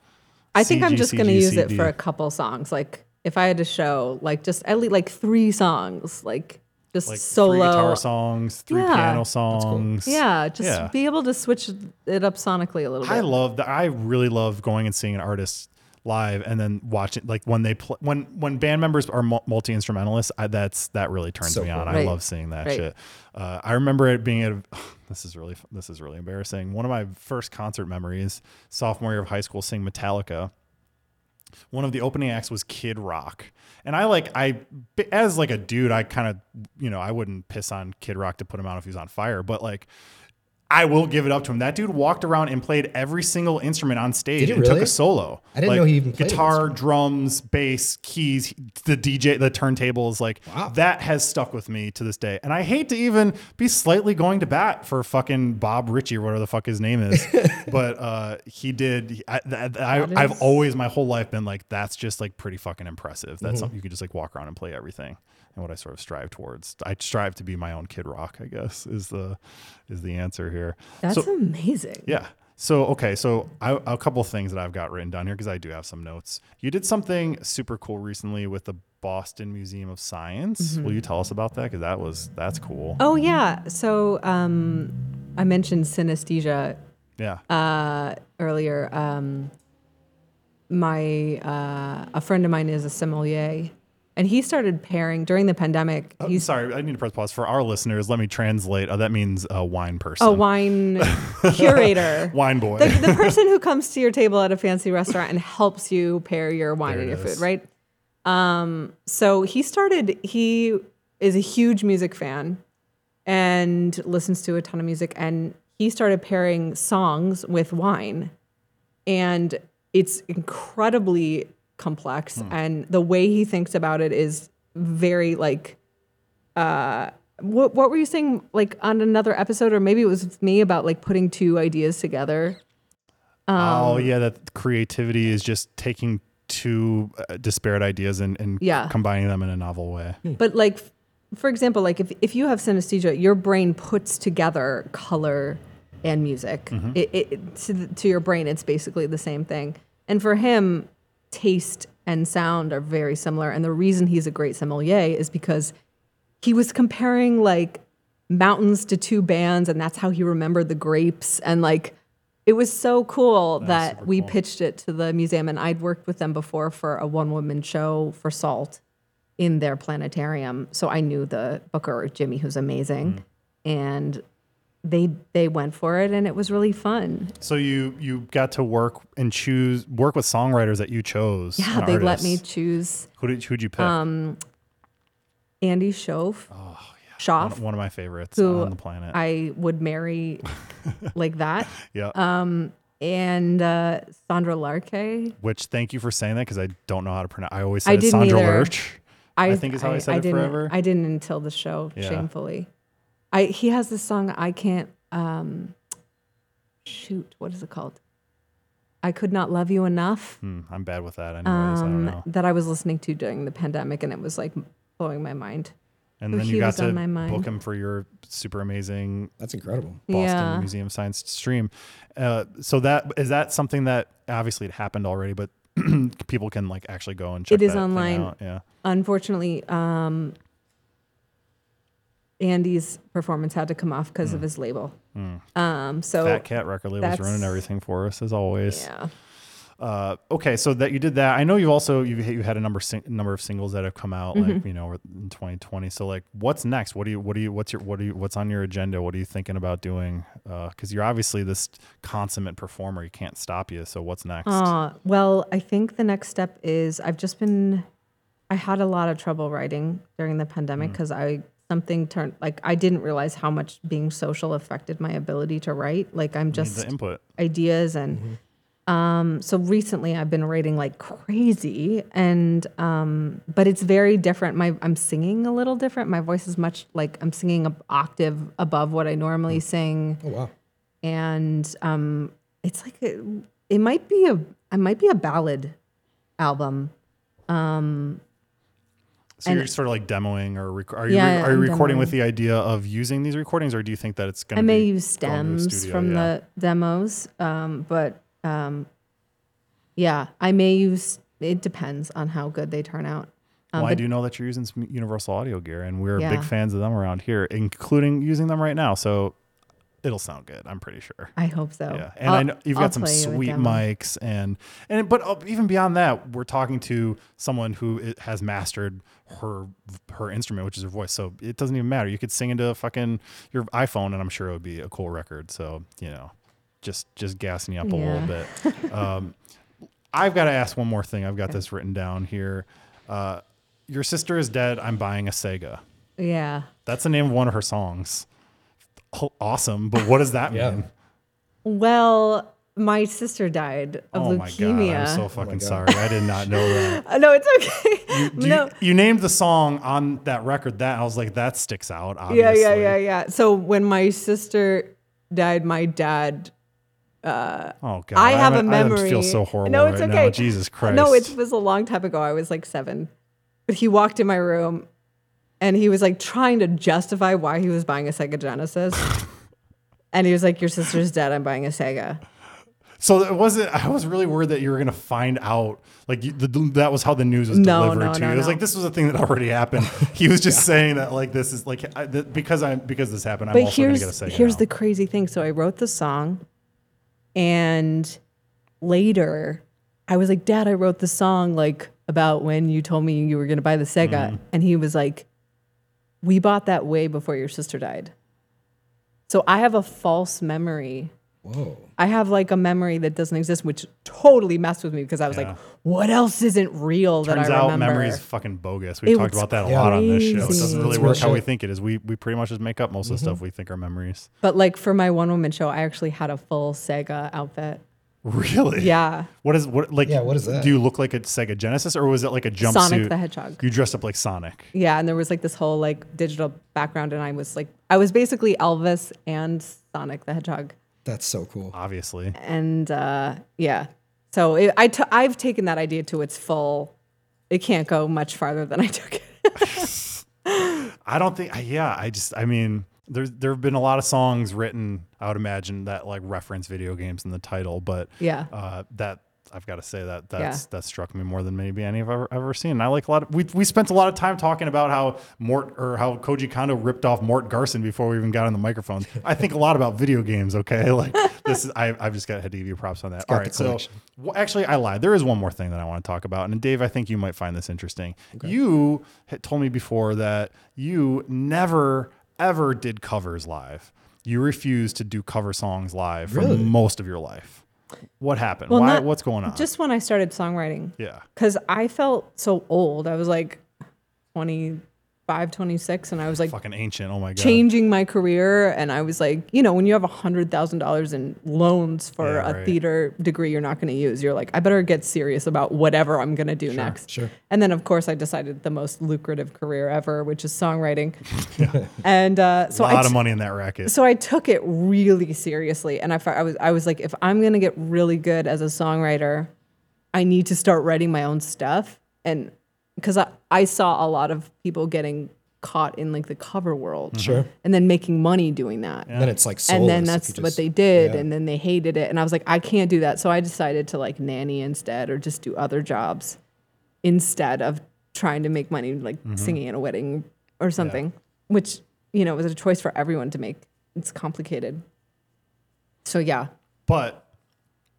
C: I think I'm just going to use it
B: CGCD.
C: for a couple songs. Like if I had to show like just at least like three songs, like just
B: Like
C: solo.
B: three guitar songs, three
C: Yeah.
B: piano
C: That's
B: songs.
C: Yeah, just
B: Yeah.
C: be able to switch it up sonically a little bit.
B: I love that. I really love going and seeing an artist live and then watching like when they play when when band members are multi instrumentalists. That's that really turns
A: So
B: me
A: cool.
B: on. I
C: Right.
B: love seeing that
C: Right.
B: shit. Uh, I remember it being at. a- This is really this is really embarrassing. One of my first concert memories, sophomore year of high school, seeing Metallica one of the opening acts was Kid Rock. And I like I as like a dude, I kind of you know, I wouldn't piss on Kid Rock to put him out if he was on fire, but like I will give it up to him. That dude walked around and played every single instrument on stage
A: he
B: and took
A: really?
B: a solo.
A: I didn't
B: Like,
A: know he even played an
B: guitar, drums, bass, keys, the DJ, the turntables, like
A: Wow.
B: that has stuck with me to this day. And I hate to even be slightly going to bat for fucking Bob Ritchie or whatever the fuck his name is, but uh, he did. I, I, I,
C: That
B: I've
C: is-
B: always my whole life been like, that's just like pretty fucking impressive.
C: Mm-hmm.
B: That's something you could just like walk around and play everything. And what I sort of strive towards, I strive to be my own Kid Rock, I guess, is the is the answer here.
C: That's
B: So-
C: amazing.
B: yeah. So okay, so I, a couple things that I've got written down here because I do have some notes. You did something super cool recently with the Boston Museum of Science. Will you tell us about that? Because that was that's cool.
C: Mm-hmm. Oh yeah. So um, I mentioned synesthesia
B: yeah.
C: uh, earlier. Um, my uh, a friend of mine is a sommelier, and he started pairing during the pandemic.
B: Oh,
C: he's
B: sorry, I need to press pause for our listeners. Let me translate. Oh, that means uh, wine person.
C: a Oh, wine curator.
B: wine boy.
C: the, the person who comes to your table at a fancy restaurant and helps you pair your wine
B: There
C: and
B: it
C: your food,
B: is.
C: right? Um, so he started, he is a huge music fan and listens to a ton of music. And he started pairing songs with wine. And it's incredibly complex.
B: Hmm.
C: And the way he thinks about it is very like, uh, what, what were you saying like on another episode, or maybe it was with me about like putting two ideas together? um,
B: oh yeah, that creativity is just taking two uh, disparate ideas and, and
C: Yeah. Hmm.
B: combining them in a novel way.
C: But like, f- for example, like if, if you have synesthesia, your brain puts together color and music. It, it- it, to, th- to your brain, it's basically the same thing. And for him, taste and sound are very similar. And the reason he's a great sommelier is because he was comparing like mountains to two bands, and that's how he remembered the grapes. And like, it was so cool that we pitched it to the museum. And I'd worked with them before for a one woman show for Salt in their planetarium. So I knew the booker Jimmy, who's
B: Mm.
C: amazing, and they they went for it, and it was really fun.
B: So you you got to work and choose work with songwriters that you chose.
C: Yeah,
B: and
C: Uh, they let
B: artists.
C: me Um, choose
B: Who did who'd you pick?
C: Andy Schoaf,
B: one,
C: Schoff,
B: Oh, one of my favorites
C: who
B: on the planet.
C: I would marry like that,
B: yeah.
C: uh, and uh, Sandra Larke.
B: Which thank you for saying that because I don't know how to pronounce. I always
C: I
B: said it's
C: didn't
B: Sandra
C: either.
B: Lurch. I think is how I said it
C: didn't,
B: forever.
C: I didn't until the show,
B: Yeah.
C: shamefully. I he has this song I can't um shoot, what is it called? I could not love you enough.
B: Hmm, I'm bad with that. Anyways, I don't know.
C: Um, that I was listening to during the pandemic, and it was like blowing my mind.
B: And
C: who
B: then you
C: he
B: got
C: was
B: to
C: on my mind.
B: book him for your super amazing
A: That's incredible.
B: Boston
C: Yeah.
B: Museum of Science stream. Uh, so that is that something that obviously it happened already, but people can like actually go and check.
C: It is
B: that thing
C: online.
B: out, Yeah.
C: Unfortunately, um, Andy's performance had to come off because of his label. Um, so
B: Hmm. Fat Cat record label's
C: that's-
B: ruining everything for us as always.
C: yeah,
B: Uh, okay, so that you did that. I know you've also you've you had a number sing- number of singles that have come out
C: Mm-hmm.
B: like you know in 2020. So like, what's next? What do you what do you what's your what do you what's on your agenda? What are you thinking about doing? Because you're obviously this consummate performer. You can't stop you. So what's next?
C: Uh, well, I think the next step is I've just been, I had a lot of trouble writing during the
B: Hmm.
C: pandemic because I, something turned, like, I didn't realize how much being social affected my ability to write. Like, I'm
B: Need
C: just,
B: the input.
C: ideas and
B: Mm-hmm.
C: um, so recently I've been writing like crazy and um, but it's very different. My I'm singing a little different. My voice is much like I'm singing an octave above what I normally
B: Mm-hmm.
C: sing
A: Oh wow.
C: and um, it's like a, it might be a it might be a ballad album.
B: So you're sort of like demoing or rec- are you
C: Yeah,
B: re- are you
C: I'm
B: recording
C: demoing.
B: with the idea of using these recordings, or do you think that it's going
C: I
B: to?
C: may
B: be
C: use
B: going to the
C: stems
B: studio?
C: from
B: Yeah.
C: the demos, um, but um, yeah, I may use. It depends on how good they turn out.
B: Well, I do know that you're using some Universal Audio gear, and we're
C: uh, Yeah.
B: big fans of them around here, including using them right now. So it'll sound good, I'm pretty sure.
C: I hope so.
B: Yeah, and i
C: I'll-
B: know you've
C: I'll
B: got some
C: play you a
B: sweet
C: demo.
B: mics, and and but uh, even beyond that, we're talking to someone who i- has mastered her her instrument, which is her voice. So it doesn't even matter. You could sing into fucking your iPhone, and I'm sure it would be a cool record. So you know, just just gassing you up a little
C: Yeah.
B: bit. Um, I've got to ask one more thing. I've got this written down here. Uh, Your sister is dead. I'm buying a Sega.
C: Yeah.
B: That's the name of one of her songs. Aw- Awesome, but what does that
A: Yeah.
B: mean?
C: Well, my sister died of
B: oh my
C: leukemia.
B: god! I'm so fucking
A: God.
B: sorry. I did not know that.
C: Uh, no, it's okay.
B: Do
C: no.
B: You, you named the song on that record. That I was like, that sticks out. Obviously.
C: yeah, yeah, yeah, yeah. So when my sister died, my dad.
B: Oh god!
C: I have a
B: haven't-
C: memory.
B: I feel so horrible
C: No, it's
B: right
C: okay. Uh,
B: now. Jesus Christ!
C: No, it was a long time ago. I was like seven. But he walked in my room, and he was like trying to justify why he was buying a Sega Genesis. And he was like, "Your sister's dead. I'm buying a Sega."
B: So it wasn't. I was really worried that you were gonna find out. Like you, the, that was how the news was
C: No,
B: delivered
C: no,
B: to
C: no,
B: you. It was
C: no.
B: like this was a thing that already happened. He was just saying that like this is like I, th- because I because this happened. I'm
C: but
B: also
C: here's
B: gonna get a second.
C: here's
B: now.
C: the crazy thing. So I wrote the song, and later I was like, "Dad, I wrote the song like about when you told me you were gonna buy the Sega,"
B: Mm-hmm.
C: and he was like, "We bought that way before your sister died." So I have a false memory
A: Whoa.
C: I have like a memory that doesn't exist, which totally messed with me because I was
B: Yeah.
C: like, what else isn't real that I
B: Turns
C: remember?
B: out memory is fucking bogus. We
C: It
B: talked
C: was
B: about that a
A: Yeah.
B: lot on this show. It
C: crazy. Mm-hmm.
B: doesn't really
A: It's
B: work how we
A: bullshit.
B: think it is. We we pretty much just make up most of the stuff we think are memories.
C: But like for my one woman show, I actually had a full Sega outfit.
B: Really?
C: Yeah.
B: What is what like?
A: Yeah, what is that?
B: Do you look like a Sega Genesis or was it like a jumpsuit?
C: Sonic the Hedgehog.
B: You dressed up like Sonic.
C: Yeah. And there was like this whole like digital background. And I was like, I was basically Elvis and Sonic the Hedgehog.
A: That's so
B: Uh,
A: cool.
B: Obviously,
C: And uh, yeah. So it, I t- I've taken that idea to its full, it can't go much farther than I took it.
B: I don't think. I- Yeah, I just. I mean, there's there have been a lot of songs written. I would imagine that like reference video games in the title, but
C: Yeah.
B: uh, that I've got to say that that's that struck me more than maybe any I've ever, ever seen. And I like a lot. Of, we we spent a lot of time talking about how Mort or how Koji Kondo ripped off Mort Garson before we even got on the microphones. I think a lot about video games. Okay, like this is I I've just got had to give you props on that. All
A: the
B: right, so
A: collection.
B: well, actually, I lied. There is one more thing that I want to talk about, and Dave, I think you might find this interesting. You had told me before that you never ever did covers live. You refused to do cover songs live for
A: Really?
B: most of your life. What happened?
C: Well,
B: Why?
C: not-
B: what's going on?
C: Just when I started songwriting.
B: yeah.
C: because I felt so old. I was like 25, 26, and I was like
B: Fucking ancient. Oh my god.
C: changing my career. And I was like, you know, when you have $100,000 in loans for
B: Yeah,
C: a
B: right.
C: theater degree you're not going to use, you're like, I better get serious about whatever I'm going to do next.
A: sure.
C: And then, of course, I decided the most lucrative career ever, which is songwriting. And uh, so
B: a
C: I
B: lot
C: t-
B: of money in that racket.
C: so I took it really seriously, and I, fi- I was I was like, if I'm gonna get really good as a songwriter, I need to start writing my own stuff, and because I, I saw a lot of people getting caught in like the cover world,
A: Sure.
C: and then making money doing that,
A: And then it's like soulless.
C: and then
A: if
C: that's
A: you
C: what
A: just-
C: they did,
A: yeah.
C: and then they hated it, and I was like, I can't do that, so I decided to like nanny instead, or just do other jobs instead of trying to make money like
B: Mm-hmm.
C: singing at a wedding or something, which you know was a choice for everyone to make. It's complicated. So yeah,
B: But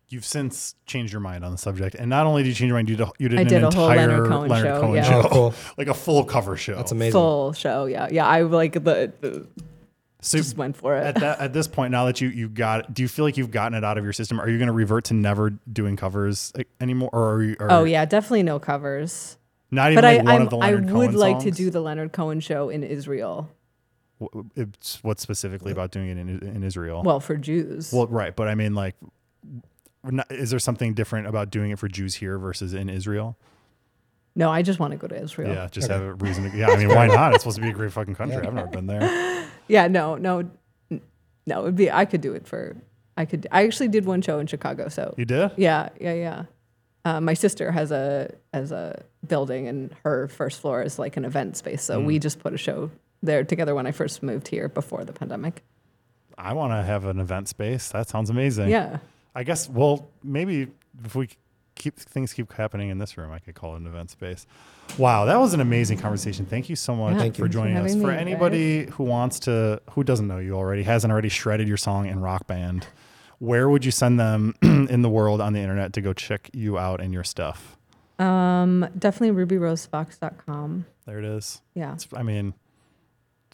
B: you've since changed your mind on the subject, and not only did you change your mind, you did, a- you did
C: I
B: an
C: did a whole
B: entire
C: Leonard Cohen show, yeah.
A: Oh, cool.
B: like a full cover show.
A: That's amazing.
C: full show. Yeah, yeah. I like the, the
B: So
C: just went for it.
B: at that at this point, now that you you got, do you feel like you've gotten it out of your system? Are you going to revert to never doing covers like, anymore, or are you? Are
C: oh yeah, definitely no covers.
B: not even
C: But I
B: like one
C: I'm,
B: of the
C: I
B: Leonard
C: would
B: Cohen
C: like to
B: songs?
C: do the Leonard Cohen show in Israel.
B: Wh- It's what specifically about doing it in, in Israel?
C: Well, for Jews.
B: Well, right, but I mean, like, we're not- is there something different about doing it for Jews here versus in Israel?
C: no, I just want to go to Israel.
B: Yeah, just have a reason. To, yeah, I mean, why not? It's supposed to be a great fucking country.
A: Yeah.
B: I've never been there.
C: Yeah, no, no, n- no. It'd be I could do it for. I could. I actually did one show in Chicago, so
B: You did?
C: yeah, yeah, yeah. Uh, my sister has a has a building, and her first floor is like an event space. So we just put a show there together when I first moved here before the pandemic.
B: I want to have an event space. That sounds amazing.
C: Yeah,
B: I guess. Well, maybe if we keep things keep happening in this room, I could call it an event space. Wow, that was an amazing conversation. Thank you so much
C: Yeah, Thank
B: for
C: you.
B: joining
C: Thanks
B: us.
C: for
B: For
C: having me,
B: anybody who wants to, who doesn't know you already, hasn't already shredded your song in Rock Band, where would you send them in the world on the internet to go check you out and your stuff?
C: um, definitely rubyrosefox.com.
B: There it is.
C: Yeah,
B: It's, I mean,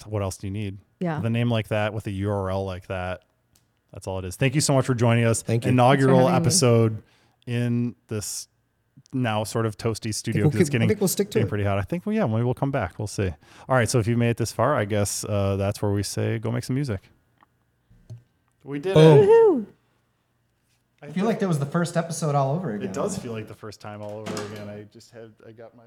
B: what else do you need?
C: yeah.
B: With a name like that, with a URL like that, that's all it is. Thank you so much for joining us.
A: Thank you.
B: Inaugural
C: having me.
B: episode in this now sort of toasty studio
A: we'll
B: 'cause it's
A: keep- I
B: getting
A: think we'll stick to
B: getting
A: it.
B: pretty hot. I think well, yeah, maybe we'll come back. We'll see. All right, so if you made it this far, I guess uh, that's where we say go make some music. We did
A: Boom.
C: Woohoo!
A: I feel like that was the first episode all over again.
B: It does feel like the first time all over again. I just had I got my